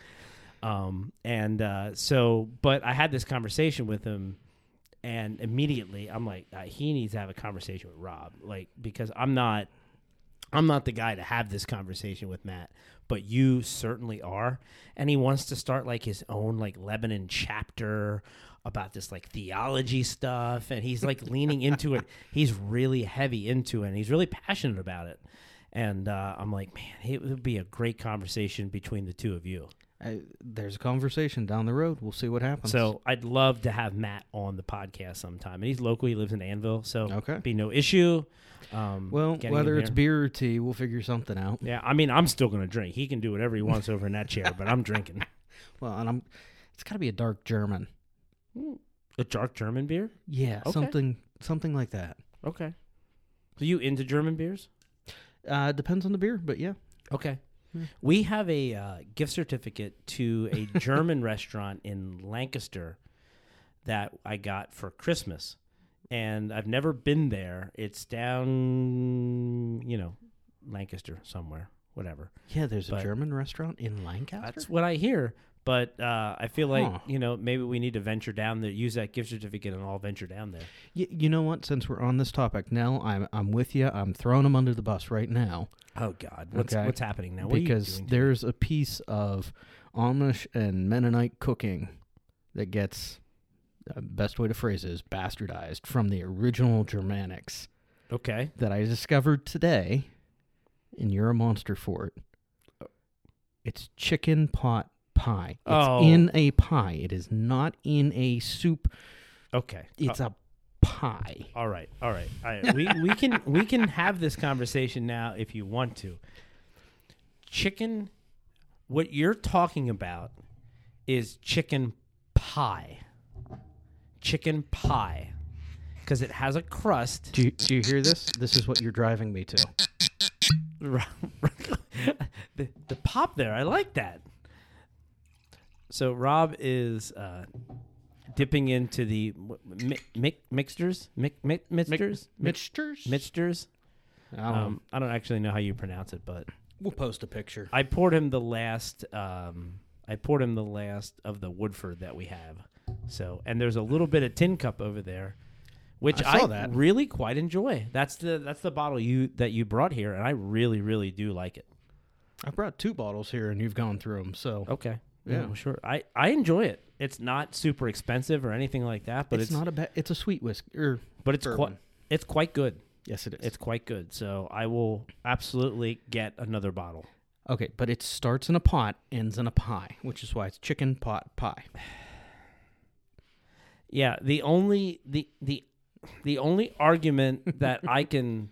[SPEAKER 2] Um, and uh, so, but I had this conversation with him, and immediately I'm like, uh, he needs to have a conversation with Rob, like because I'm not. I'm not the guy to have this conversation with Matt, but you certainly are. And he wants to start like his own like Lebanon chapter about this like theology stuff and he's like leaning into it. He's really heavy into it and he's really passionate about it. And uh, I'm like, man, it would be a great conversation between the two of you.
[SPEAKER 3] I- uh, there's a conversation down the road. We'll see what happens.
[SPEAKER 2] So I'd love to have Matt on the podcast sometime. And he's local, he lives in Anvil, so
[SPEAKER 3] Okay.
[SPEAKER 2] be no issue. Um,
[SPEAKER 3] Well,
[SPEAKER 2] getting a
[SPEAKER 3] whether it's
[SPEAKER 2] beer.
[SPEAKER 3] beer or tea, we'll figure something out.
[SPEAKER 2] Yeah, I mean, I'm still gonna drink. He can do whatever he wants over in that chair, but I'm drinking
[SPEAKER 3] Well, and I'm. It's got to be a dark German.
[SPEAKER 2] a dark German beer.
[SPEAKER 3] Yeah,
[SPEAKER 2] Okay.
[SPEAKER 3] something something like that.
[SPEAKER 2] Okay. So you into German beers?
[SPEAKER 3] Uh, depends on the beer, but yeah.
[SPEAKER 2] Okay.
[SPEAKER 3] Hmm.
[SPEAKER 2] We have a uh, gift certificate to a German restaurant in Lancaster that I got for Christmas, and I've never been there. It's down, you know, Lancaster somewhere, whatever.
[SPEAKER 3] Yeah, there's
[SPEAKER 2] But-
[SPEAKER 3] a German restaurant in Lancaster.
[SPEAKER 2] That's what I hear. But uh, I feel like
[SPEAKER 3] Huh.
[SPEAKER 2] you know maybe we need to venture down there, use that gift certificate, and all venture down there.
[SPEAKER 3] Y- you know what? Since we're on this topic, Nell, I'm I'm with you. I'm throwing them under the bus right now
[SPEAKER 2] Oh God, what's
[SPEAKER 3] Okay.
[SPEAKER 2] what's happening now? What are you
[SPEAKER 3] because
[SPEAKER 2] doing to me?
[SPEAKER 3] there's a piece of Amish and Mennonite cooking that gets uh, best way to phrase it is bastardized from the original Germanics
[SPEAKER 2] okay.
[SPEAKER 3] that I discovered today, and you're a monster for it. It's chicken pot pie. It's
[SPEAKER 2] Oh.
[SPEAKER 3] in a pie. It is not in a soup.
[SPEAKER 2] Okay. Uh,
[SPEAKER 3] It's a pie.
[SPEAKER 2] all right. All right. All right. we we can we can have this conversation now if you want to. Chicken what you're talking about is chicken pie. Chicken pie. Cuz it has a crust.
[SPEAKER 3] Do you, do you hear this? This is what you're driving me to.
[SPEAKER 2] the, the pop there. I like that. So Rob is uh, dipping into the mi- mi- mixtures, mi- mi- mixtures, Mi-
[SPEAKER 3] Mixtures?
[SPEAKER 2] mixtures.
[SPEAKER 3] Um,
[SPEAKER 2] Um, I don't actually know how you pronounce it, but
[SPEAKER 3] we'll post a picture.
[SPEAKER 2] I poured him the last. Um, I poured him the last of the Woodford that we have. So, and there's a little bit of tin cup over there, which
[SPEAKER 3] I
[SPEAKER 2] I,
[SPEAKER 3] saw that.
[SPEAKER 2] really quite enjoy. That's the that's the bottle you that you brought here, and I really really do like it.
[SPEAKER 3] I brought two bottles here, and you've gone through them. So
[SPEAKER 2] Okay,
[SPEAKER 3] Yeah.
[SPEAKER 2] well, sure. I I enjoy it. It's not super expensive or anything like that, but
[SPEAKER 3] but
[SPEAKER 2] it's,
[SPEAKER 3] it's, not a bad. It's a sweet whiskey. Or
[SPEAKER 2] but it's quite
[SPEAKER 3] bourbon.
[SPEAKER 2] it's quite good.
[SPEAKER 3] yes, it is.
[SPEAKER 2] It's quite good. So I will absolutely get another bottle.
[SPEAKER 3] okay, but it starts in a pot, ends in a pie, which is why it's chicken pot pie.
[SPEAKER 2] Yeah, the only the the the only argument that I can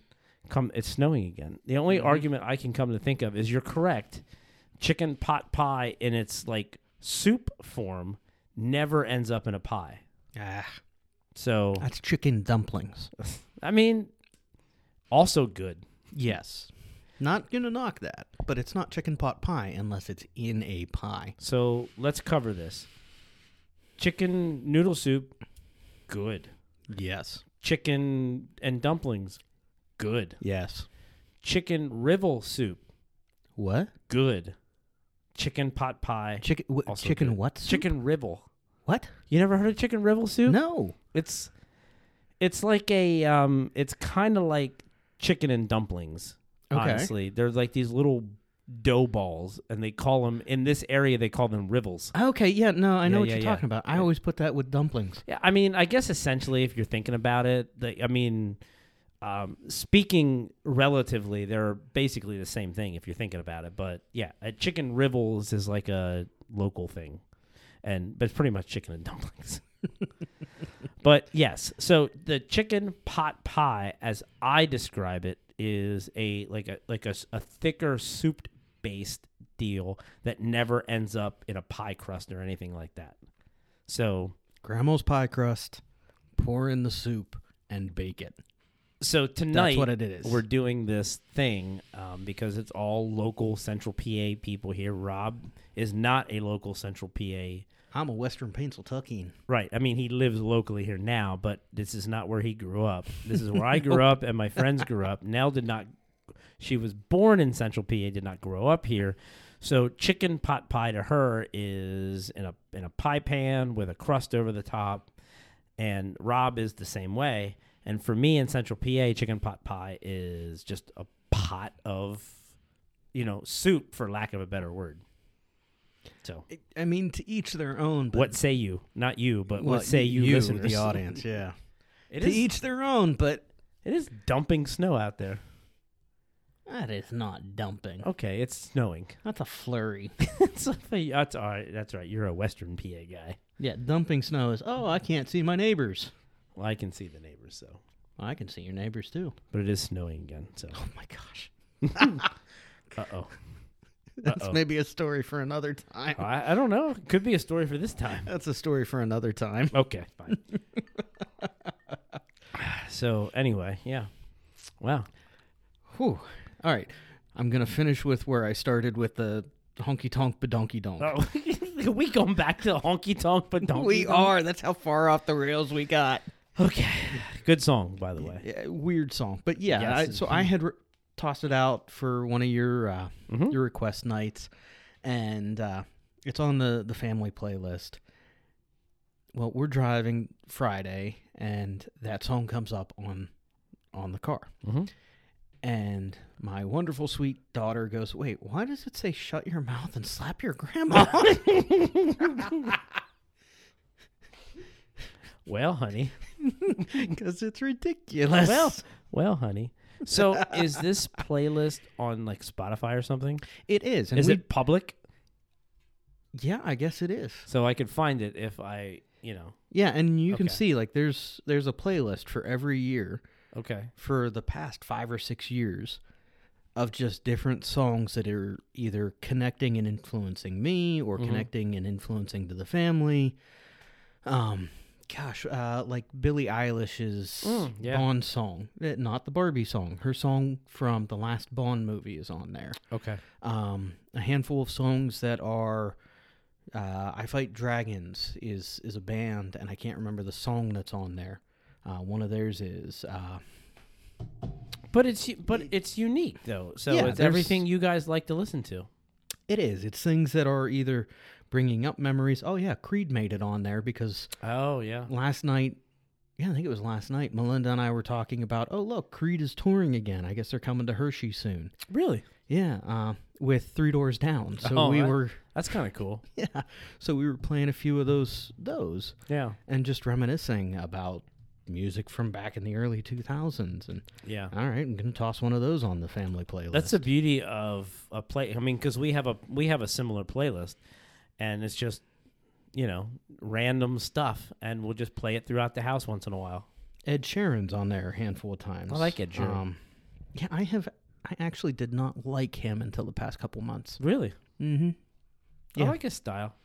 [SPEAKER 2] come it's snowing again. The only
[SPEAKER 3] Mhm.
[SPEAKER 2] argument I can come to think of is you're correct. Chicken pot pie in its like soup form never ends up in a pie.
[SPEAKER 3] Ah,
[SPEAKER 2] So
[SPEAKER 3] that's chicken dumplings.
[SPEAKER 2] I mean also good.
[SPEAKER 3] Yes. Not gonna knock that, but it's not chicken pot pie unless it's in a pie.
[SPEAKER 2] So let's cover this. Chicken noodle soup good.
[SPEAKER 3] Yes.
[SPEAKER 2] Chicken and dumplings good.
[SPEAKER 3] Yes.
[SPEAKER 2] Chicken rivel soup
[SPEAKER 3] What?
[SPEAKER 2] good. Chicken pot pie.
[SPEAKER 3] Chicken? Wh-
[SPEAKER 2] Also
[SPEAKER 3] chicken
[SPEAKER 2] good.
[SPEAKER 3] what? soup?
[SPEAKER 2] Chicken rivel.
[SPEAKER 3] What?
[SPEAKER 2] You never heard of chicken rivel soup?
[SPEAKER 3] No.
[SPEAKER 2] It's it's like a um it's kind of like chicken and dumplings.
[SPEAKER 3] Okay.
[SPEAKER 2] Honestly, they're like these little dough balls and they call them in this area they call them rivels.
[SPEAKER 3] Okay. Yeah. No. I know
[SPEAKER 2] Yeah,
[SPEAKER 3] what
[SPEAKER 2] yeah,
[SPEAKER 3] you're
[SPEAKER 2] yeah.
[SPEAKER 3] talking about. I
[SPEAKER 2] Yeah.
[SPEAKER 3] always put that with dumplings.
[SPEAKER 2] Yeah, I mean, I guess essentially if you're thinking about it, they, I mean um, speaking relatively, they're basically the same thing if you're thinking about it. But yeah, a chicken rivels is like a local thing, and but it's pretty much chicken and dumplings. but yes, so the chicken pot pie, as I describe it, is a like a like a, s- a thicker souped based deal that never ends up in a pie crust or anything like that. So
[SPEAKER 3] Grandma's pie crust. Pour in the soup and bake it.
[SPEAKER 2] so
[SPEAKER 3] That's
[SPEAKER 2] tonight
[SPEAKER 3] what it is.
[SPEAKER 2] we're doing this thing um, because it's all local Central PA people here. Rob is not a local Central PA.
[SPEAKER 3] I'm a Western Pennsylvanian.
[SPEAKER 2] Right. I mean, he lives locally here now, but this is not where he grew up. This is where I grew up and my friends grew up. Nell did not, she was born in Central PA, did not grow up here. So chicken pot pie to her is in a in a pie pan with a crust over the top, and Rob is the same way. And for me in Central PA, chicken pot pie is just a pot of, you know, soup for lack of a better word. So
[SPEAKER 3] I- I mean, to each their own. But
[SPEAKER 2] what say you? Not you, but
[SPEAKER 3] well,
[SPEAKER 2] what say you,
[SPEAKER 3] you
[SPEAKER 2] listeners?
[SPEAKER 3] the audience? Yeah.
[SPEAKER 2] It
[SPEAKER 3] to
[SPEAKER 2] is,
[SPEAKER 3] each their own, but
[SPEAKER 2] it is dumping snow out there.
[SPEAKER 3] that is not dumping.
[SPEAKER 2] Okay, it's snowing.
[SPEAKER 3] That's a flurry.
[SPEAKER 2] It's like- that's all right. That's right. You're a Western PA guy.
[SPEAKER 3] Yeah, dumping snow is, oh, I can't see my neighbors.
[SPEAKER 2] Well, I can see the neighbors, so.
[SPEAKER 3] Well, I can see your neighbors too.
[SPEAKER 2] But it is snowing again, so.
[SPEAKER 3] Oh my gosh.
[SPEAKER 2] Uh oh.
[SPEAKER 3] That's
[SPEAKER 2] Uh-oh.
[SPEAKER 3] maybe a story for another time.
[SPEAKER 2] I, I don't know. Could be a story for this time.
[SPEAKER 3] That's a story for another time.
[SPEAKER 2] Okay, fine. so, anyway, yeah. Wow.
[SPEAKER 3] Whew. All right. I'm going to finish with where I started with the honky tonk badonkey donk.
[SPEAKER 2] Oh, we going back to honky tonk, but don't
[SPEAKER 3] we are. That's how far off the rails we got.
[SPEAKER 2] Okay. Good song, by the way.
[SPEAKER 3] Yeah, uh, weird song. But yeah,
[SPEAKER 2] Yes,
[SPEAKER 3] I-
[SPEAKER 2] it's
[SPEAKER 3] so I had re- tossed it out for one of your uh,
[SPEAKER 2] Mm-hmm.
[SPEAKER 3] your request nights, and uh, it's on the the family playlist. Well, we're driving Friday, and that song comes up on on the car,
[SPEAKER 2] Mhm.
[SPEAKER 3] and my wonderful sweet daughter goes, "Wait, why does it say shut your mouth and slap your grandma?"
[SPEAKER 2] Well, honey.
[SPEAKER 3] Because it's ridiculous.
[SPEAKER 2] Well, well, honey. So, is this playlist on like Spotify or something?
[SPEAKER 3] it is, and
[SPEAKER 2] Is
[SPEAKER 3] we,
[SPEAKER 2] it public?
[SPEAKER 3] Yeah, I guess it is.
[SPEAKER 2] So I could find it if I, you know.
[SPEAKER 3] Yeah, and you can
[SPEAKER 2] Okay.
[SPEAKER 3] see like there's there's a playlist for every year
[SPEAKER 2] Okay.
[SPEAKER 3] for the past 5 or 6 years of just different songs that are either connecting and influencing me or
[SPEAKER 2] Mhm.
[SPEAKER 3] connecting and influencing to the family. Um gosh, uh like Billie Eilish's
[SPEAKER 2] Mm, yeah.
[SPEAKER 3] Bond song, Eh, not the Barbie song. Her song from the last Bond movie is on there
[SPEAKER 2] Okay.
[SPEAKER 3] um, a handful of songs that are uh, I Fight Dragons is is a band, and I can't remember the song that's on there. Uh, one of theirs is uh,
[SPEAKER 2] But it's but it's unique though. So
[SPEAKER 3] Yeah,
[SPEAKER 2] it's
[SPEAKER 3] there's-
[SPEAKER 2] everything you guys like to listen to.
[SPEAKER 3] It is. It's things that are either bringing up memories. Oh yeah, Creed made it on there because
[SPEAKER 2] Oh yeah.
[SPEAKER 3] last night, yeah, I think it was last night. Melinda and I were talking about. Oh look, Creed is touring again. I guess they're coming to Hershey soon.
[SPEAKER 2] Really?
[SPEAKER 3] Yeah, uh, with Three Doors Down. So
[SPEAKER 2] Oh,
[SPEAKER 3] we
[SPEAKER 2] that-
[SPEAKER 3] were,
[SPEAKER 2] That's kind of cool.
[SPEAKER 3] yeah, so we were playing a few of those those
[SPEAKER 2] Yeah.
[SPEAKER 3] and just reminiscing about music from back in the early 2000s and
[SPEAKER 2] Yeah.
[SPEAKER 3] all right i'm gonna toss one of those on the family playlist
[SPEAKER 2] That's the beauty of a play. I mean, because we have a we have a similar playlist, and it's just you know random stuff, and we'll just play it throughout the house once in a while.
[SPEAKER 3] Ed Sheeran's on there a handful of times. Um,
[SPEAKER 2] I like Ed Sheeran.
[SPEAKER 3] yeah, I have. I actually did not like him until the past couple months.
[SPEAKER 2] Really,
[SPEAKER 3] Mm-hmm. Yeah.
[SPEAKER 2] I like his style.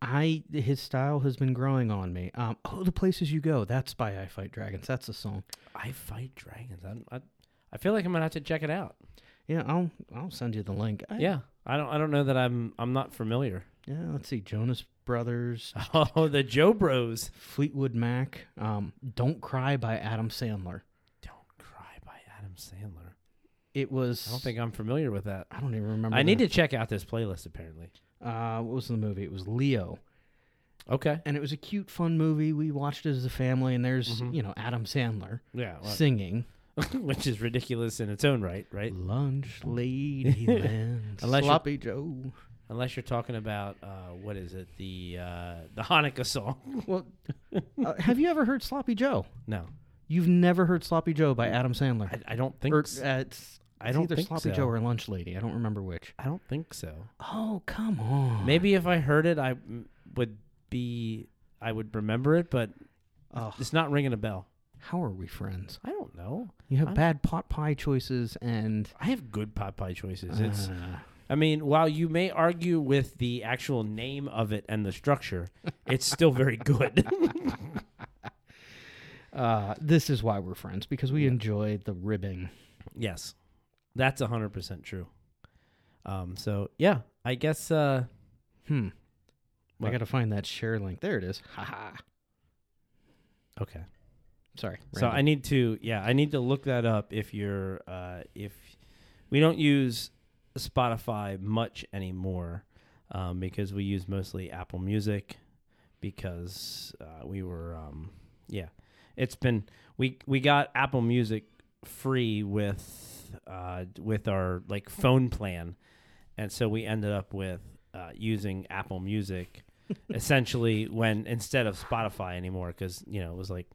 [SPEAKER 3] I his style has been growing on me. Um, oh, the places you go. That's by I Fight Dragons. That's the song.
[SPEAKER 2] I fight dragons. I, I I feel like I'm gonna have to check it out.
[SPEAKER 3] Yeah, I'll I'll send you the link. I,
[SPEAKER 2] Yeah, I don't I don't know that I'm I'm not familiar.
[SPEAKER 3] Yeah. Let's see. Jonas Brothers,
[SPEAKER 2] Oh, the Joe Bros.
[SPEAKER 3] Fleetwood Mac. Um, Don't Cry by Adam Sandler.
[SPEAKER 2] Don't cry by Adam Sandler.
[SPEAKER 3] It was.
[SPEAKER 2] I don't think I'm familiar with that.
[SPEAKER 3] I don't even remember.
[SPEAKER 2] I need
[SPEAKER 3] the-
[SPEAKER 2] to check out this playlist. Apparently,
[SPEAKER 3] Uh, what was the movie? It was Leo.
[SPEAKER 2] okay.
[SPEAKER 3] and it was a cute, fun movie. We watched it as a family, and there's
[SPEAKER 2] Mhm.
[SPEAKER 3] you know Adam Sandler
[SPEAKER 2] Yeah, well,
[SPEAKER 3] singing
[SPEAKER 2] which is ridiculous in its own right, right?
[SPEAKER 3] "Lunch Lady Man,"
[SPEAKER 2] Unless you-
[SPEAKER 3] Sloppy Joe.
[SPEAKER 2] Unless you're talking about uh, what is it the uh, the Hanukkah song?
[SPEAKER 3] Well, uh, have you ever heard "Sloppy Joe"?
[SPEAKER 2] No,
[SPEAKER 3] You've never heard "Sloppy Joe" by Adam Sandler.
[SPEAKER 2] I, I don't think
[SPEAKER 3] or, uh,
[SPEAKER 2] s-
[SPEAKER 3] it's,
[SPEAKER 2] I
[SPEAKER 3] it's
[SPEAKER 2] don't
[SPEAKER 3] either
[SPEAKER 2] think
[SPEAKER 3] Sloppy
[SPEAKER 2] so.
[SPEAKER 3] Joe or Lunch Lady. I don't remember which.
[SPEAKER 2] I don't think so.
[SPEAKER 3] Oh come on!
[SPEAKER 2] Maybe if I heard it, I m- would be I would remember it, but
[SPEAKER 3] Ugh,
[SPEAKER 2] it's not ringing a bell.
[SPEAKER 3] how are we friends?
[SPEAKER 2] I don't know.
[SPEAKER 3] You have
[SPEAKER 2] I'm-
[SPEAKER 3] bad pot pie choices, and
[SPEAKER 2] I have good pot pie choices. It's
[SPEAKER 3] Uh,
[SPEAKER 2] I mean, while you may argue with the actual name of it and the structure, it's still very good.
[SPEAKER 3] uh, this is why we're friends because we enjoy the ribbing.
[SPEAKER 2] Yes, that's hundred percent true. Um, so yeah, I guess uh,
[SPEAKER 3] Hmm. I
[SPEAKER 2] What?
[SPEAKER 3] gotta find that share link. There it is. Haha.
[SPEAKER 2] okay.
[SPEAKER 3] Sorry.
[SPEAKER 2] So I need to yeah, I need to look that up. If you're uh, if we don't use Spotify much anymore, um, because we use mostly Apple Music, because uh, we were um, yeah, it's been we we got Apple Music free with uh, with our like phone plan, and so we ended up with uh, using Apple Music. essentially when instead of spotify anymore because you know it was like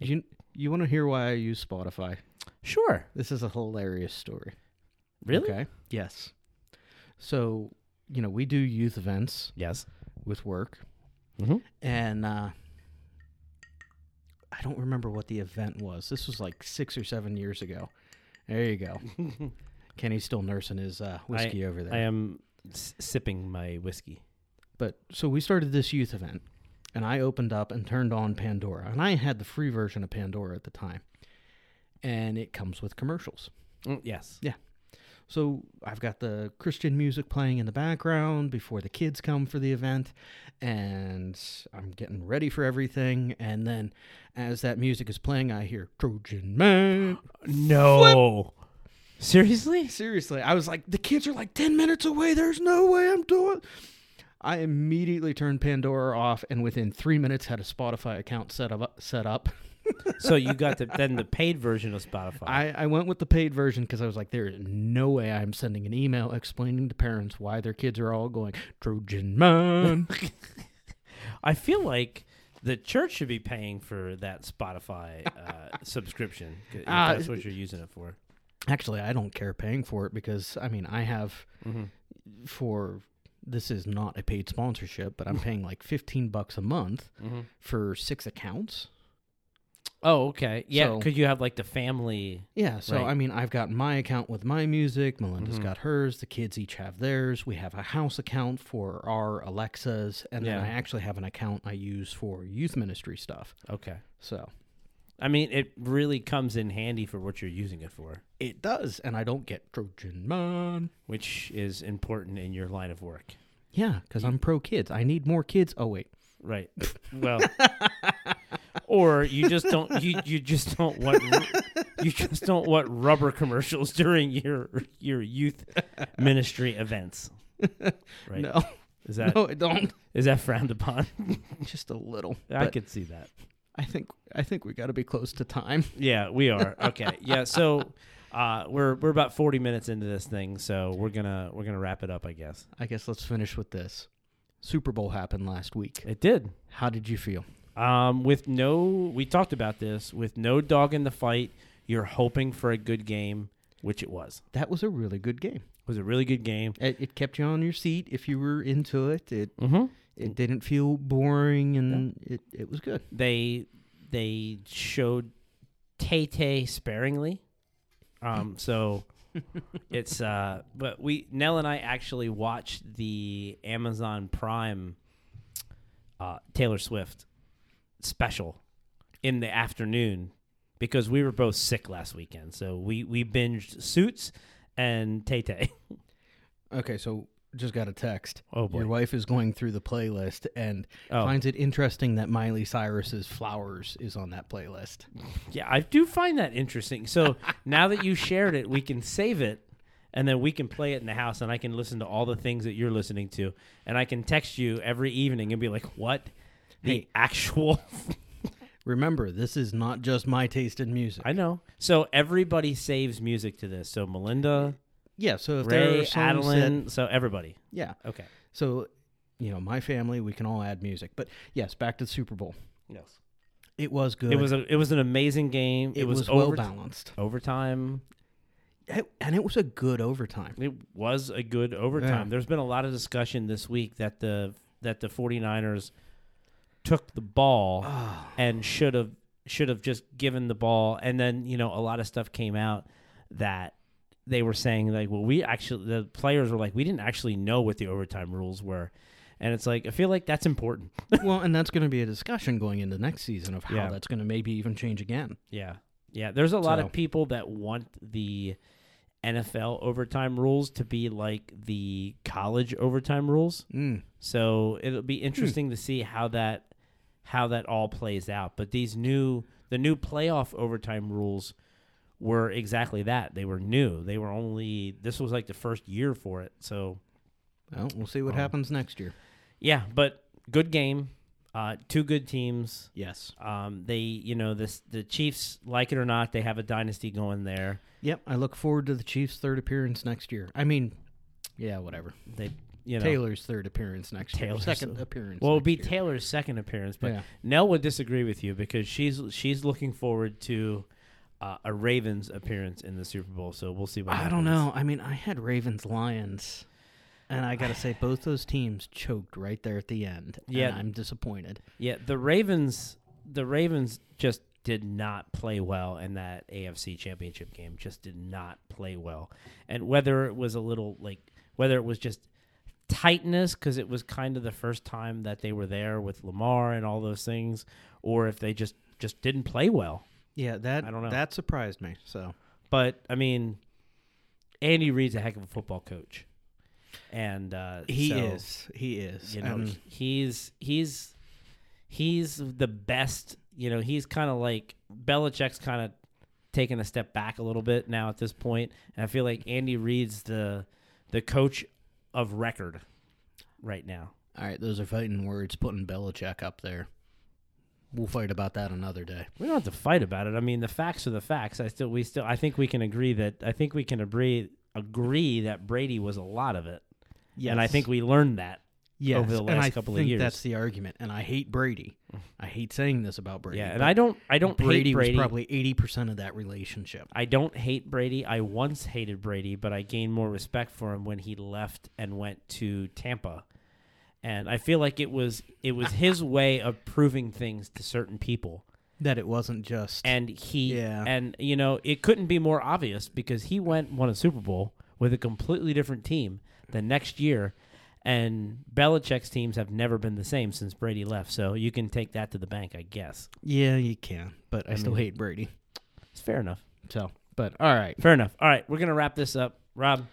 [SPEAKER 3] you you want to hear why I use Spotify?
[SPEAKER 2] sure
[SPEAKER 3] This is a hilarious story.
[SPEAKER 2] really
[SPEAKER 3] Okay. Yes. So you know we do youth events
[SPEAKER 2] Yes.
[SPEAKER 3] with work,
[SPEAKER 2] Mm-hmm.
[SPEAKER 3] and uh, I don't remember what the event was. This was like six or seven years ago. There you go. Kenny's still nursing his uh, whiskey over there.
[SPEAKER 2] I am s- sipping my whiskey.
[SPEAKER 3] But so we started this youth event, and I opened up and turned on Pandora, and I had the free version of Pandora at the time, and it comes with commercials.
[SPEAKER 2] Mm, yes.
[SPEAKER 3] So I've got the Christian music playing in the background before the kids come for the event, and I'm getting ready for everything. And then, as that music is playing, I hear Trojan Man.
[SPEAKER 2] No. Seriously?
[SPEAKER 3] Seriously, I was like, the kids are like 10 minutes away. There's no way I'm doing. I immediately turned Pandora off and within three minutes had a Spotify account set up. Set up.
[SPEAKER 2] so you got the then the paid version of Spotify.
[SPEAKER 3] I, I went with the paid version because I was like, there is no way I'm sending an email explaining to parents why their kids are all going, Trojan Man.
[SPEAKER 2] I feel like the church should be paying for that Spotify uh, subscription. 'cause If
[SPEAKER 3] Uh,
[SPEAKER 2] that's what you're using it for.
[SPEAKER 3] Actually, I don't care paying for it because, I mean, I have
[SPEAKER 2] Mm-hmm.
[SPEAKER 3] for this is not a paid sponsorship, but I'm paying like 15 bucks a month
[SPEAKER 2] Mm-hmm.
[SPEAKER 3] for six accounts.
[SPEAKER 2] Oh, okay. Yeah,
[SPEAKER 3] So-
[SPEAKER 2] because you have like the family.
[SPEAKER 3] Yeah, so
[SPEAKER 2] Right.
[SPEAKER 3] I mean, I've got my account with my music. Melinda's
[SPEAKER 2] Mhm.
[SPEAKER 3] got hers. The kids each have theirs. We have a house account for our Alexas, and then
[SPEAKER 2] Yeah.
[SPEAKER 3] I actually have an account I use for youth ministry stuff.
[SPEAKER 2] Okay.
[SPEAKER 3] So
[SPEAKER 2] I mean, it really comes in handy for what you're using it for,
[SPEAKER 3] it does, and I don't get Trojan man.
[SPEAKER 2] which is important in your line of work.
[SPEAKER 3] Yeah, because I'm pro kids. I need more kids. Oh wait,
[SPEAKER 2] Right. Well, or you just don't you you just don't want ru- you just don't want rubber commercials during your your youth ministry events. right?
[SPEAKER 3] No,
[SPEAKER 2] Is that is
[SPEAKER 3] no, I don't.
[SPEAKER 2] that frowned upon?
[SPEAKER 3] Just a little.
[SPEAKER 2] I
[SPEAKER 3] But
[SPEAKER 2] could see that.
[SPEAKER 3] I think I think we got to be close to time.
[SPEAKER 2] Yeah, we are. Okay. Yeah, so uh, we're we're about 40 minutes into this thing, so we're going to we're going to wrap it up, I guess.
[SPEAKER 3] I guess let's finish with this. Super Bowl happened last week.
[SPEAKER 2] It did.
[SPEAKER 3] How did you feel?
[SPEAKER 2] Um, with no, we talked about this. With no dog in the fight, you're hoping for a good game, which it was.
[SPEAKER 3] That was a really good game.
[SPEAKER 2] It was a really good game.
[SPEAKER 3] It, it kept you on your seat if you were into it. It
[SPEAKER 2] Mm-hmm.
[SPEAKER 3] it didn't feel boring, and it, it was good.
[SPEAKER 2] They they showed Tay Tay sparingly. Um, so it's uh, but we Nell and I actually watched the Amazon Prime uh, Taylor Swift special in the afternoon because we were both sick last weekend, so we we binged Suits and Tay Tay.
[SPEAKER 3] Okay, so just got a text.
[SPEAKER 2] Oh, boy.
[SPEAKER 3] Your wife is going through the playlist and
[SPEAKER 2] Oh.
[SPEAKER 3] finds it interesting that Miley Cyrus's Flowers is on that playlist.
[SPEAKER 2] Yeah, I do find that interesting. So now that you shared it, we can save it and then we can play it in the house and I can listen to all the things that you're listening to. And I can text you every evening and be like, what? The
[SPEAKER 3] Hey.
[SPEAKER 2] actual.
[SPEAKER 3] Remember, this is not just my taste in music.
[SPEAKER 2] I know. So everybody saves music to this. So Melinda,
[SPEAKER 3] yeah, so if there
[SPEAKER 2] Ray,
[SPEAKER 3] are songs that-
[SPEAKER 2] Adeline. so everybody.
[SPEAKER 3] yeah,
[SPEAKER 2] Okay.
[SPEAKER 3] so you know, my family, we can all add music. But yes, back to the Super Bowl.
[SPEAKER 2] Yes.
[SPEAKER 3] It was good.
[SPEAKER 2] It was a, it was an amazing game. It,
[SPEAKER 3] it was, well
[SPEAKER 2] over,
[SPEAKER 3] balanced,
[SPEAKER 2] overtime.
[SPEAKER 3] It- and it was a good overtime.
[SPEAKER 2] It was a good overtime.
[SPEAKER 3] Yeah.
[SPEAKER 2] There's been a lot of discussion this week that the that the 49ers took the ball
[SPEAKER 3] Ah,
[SPEAKER 2] and should have should have just given the ball and then, you know, a lot of stuff came out that they were saying like, well, we actually the players were like, we didn't actually know what the overtime rules were. And it's like I feel like that's important.
[SPEAKER 3] well, and that's going to be a discussion going into next season of how
[SPEAKER 2] Yeah.
[SPEAKER 3] that's going to maybe even change again.
[SPEAKER 2] Yeah. Yeah. There's a lot
[SPEAKER 3] So-
[SPEAKER 2] of people that want the NFL overtime rules to be like the college overtime rules.
[SPEAKER 3] Mm.
[SPEAKER 2] So it'll be interesting to see how that how that all plays out. But these new the new playoff overtime rules were exactly that. They were new. They were only this was like the first year for it. So
[SPEAKER 3] Well, we'll
[SPEAKER 2] Oh.
[SPEAKER 3] see what happens next year.
[SPEAKER 2] yeah, but good game. Uh, two good teams.
[SPEAKER 3] Yes.
[SPEAKER 2] Um, they you know this the Chiefs like it or not they have a dynasty going there.
[SPEAKER 3] Yep. I look forward to the Chiefs' third appearance next year. I mean, yeah, whatever.
[SPEAKER 2] They you know
[SPEAKER 3] Taylor's third appearance next
[SPEAKER 2] Taylor's-
[SPEAKER 3] year. Second appearance.
[SPEAKER 2] Well, it'll be
[SPEAKER 3] next year.
[SPEAKER 2] Taylor's second appearance, but
[SPEAKER 3] Yeah.
[SPEAKER 2] Nell would disagree with you because she's she's looking forward to uh, a Ravens appearance in the Super Bowl. So we'll see what.
[SPEAKER 3] I don't
[SPEAKER 2] happens.
[SPEAKER 3] know. I mean, I had Ravens Lions, and I gotta say, both those teams choked right there at the end. and
[SPEAKER 2] Yeah.
[SPEAKER 3] I'm disappointed.
[SPEAKER 2] Yeah, the Ravens the Ravens just did not play well in that AFC Championship game. Just did not play well, and whether it was a little like whether it was just tightness because it was kind of the first time that they were there with Lamar and all those things, or if they just just didn't play well.
[SPEAKER 3] Yeah, that
[SPEAKER 2] I don't know.
[SPEAKER 3] that surprised me. So
[SPEAKER 2] But I mean, Andy Reid's a heck of a football coach, and uh,
[SPEAKER 3] he
[SPEAKER 2] so,
[SPEAKER 3] is, he is.
[SPEAKER 2] You know,
[SPEAKER 3] Um,
[SPEAKER 2] he's he's he's the best. You know, he's kind of like Belichick's kind of taking a step back a little bit now at this point, and I feel like Andy Reid's the the coach of record right now.
[SPEAKER 3] all right, those are fighting words. Putting Belichick up there. We'll fight about that another day.
[SPEAKER 2] We don't have to fight about it. I mean, the facts are the facts. I still, we still, I think we can agree that I think we can agree agree that Brady was a lot of it.
[SPEAKER 3] Yes.
[SPEAKER 2] And I think we learned that.
[SPEAKER 3] yes.
[SPEAKER 2] over the
[SPEAKER 3] and
[SPEAKER 2] last
[SPEAKER 3] I
[SPEAKER 2] couple of
[SPEAKER 3] think
[SPEAKER 2] years.
[SPEAKER 3] That's the argument, and I hate Brady. I hate saying this about Brady.
[SPEAKER 2] Yeah, and
[SPEAKER 3] but
[SPEAKER 2] I don't I don't
[SPEAKER 3] Brady,
[SPEAKER 2] hate Brady.
[SPEAKER 3] was probably eighty percent of that relationship.
[SPEAKER 2] I don't hate Brady. I once hated Brady, but I gained more respect for him when he left and went to Tampa. And I feel like it was it was his way of proving things to certain people.
[SPEAKER 3] That it wasn't just
[SPEAKER 2] And he
[SPEAKER 3] Yeah.
[SPEAKER 2] and you know, it couldn't be more obvious because he went and won a Super Bowl with a completely different team the next year and Belichick's teams have never been the same since Brady left. So you can take that to the bank, I guess.
[SPEAKER 3] yeah, you can, but I, still
[SPEAKER 2] mean-
[SPEAKER 3] hate Brady.
[SPEAKER 2] It's fair enough.
[SPEAKER 3] So, but all right.
[SPEAKER 2] Fair enough. All right, we're gonna wrap this up. Rob,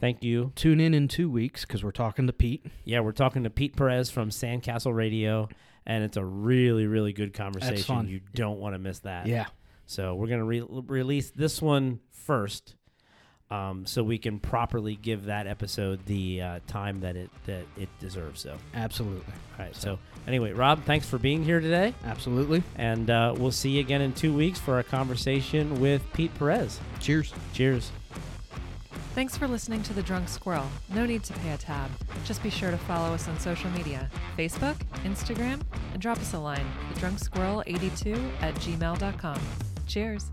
[SPEAKER 2] thank you.
[SPEAKER 3] Tune in in two weeks because we're talking to Pete.
[SPEAKER 2] Yeah, we're talking to Pete Perez from Sandcastle Radio, and it's a really, really good conversation.
[SPEAKER 3] fun.
[SPEAKER 2] You don't want to miss that.
[SPEAKER 3] Yeah.
[SPEAKER 2] So we're gonna re- release this one first, um, so we can properly give that episode the uh, time that it that it deserves. So, all
[SPEAKER 3] Absolutely.
[SPEAKER 2] right. So, anyway, Rob, thanks for being here today,
[SPEAKER 3] Absolutely.
[SPEAKER 2] and uh, we'll see you again in two weeks for our conversation with Pete Perez.
[SPEAKER 3] Cheers.
[SPEAKER 2] Cheers.
[SPEAKER 1] Thanks for listening to The Drunk Squirrel. No need to pay a tab. Just be sure to follow us on social media Facebook, Instagram, and drop us a line, thedrunksquirrel82 at gmail.com. Cheers.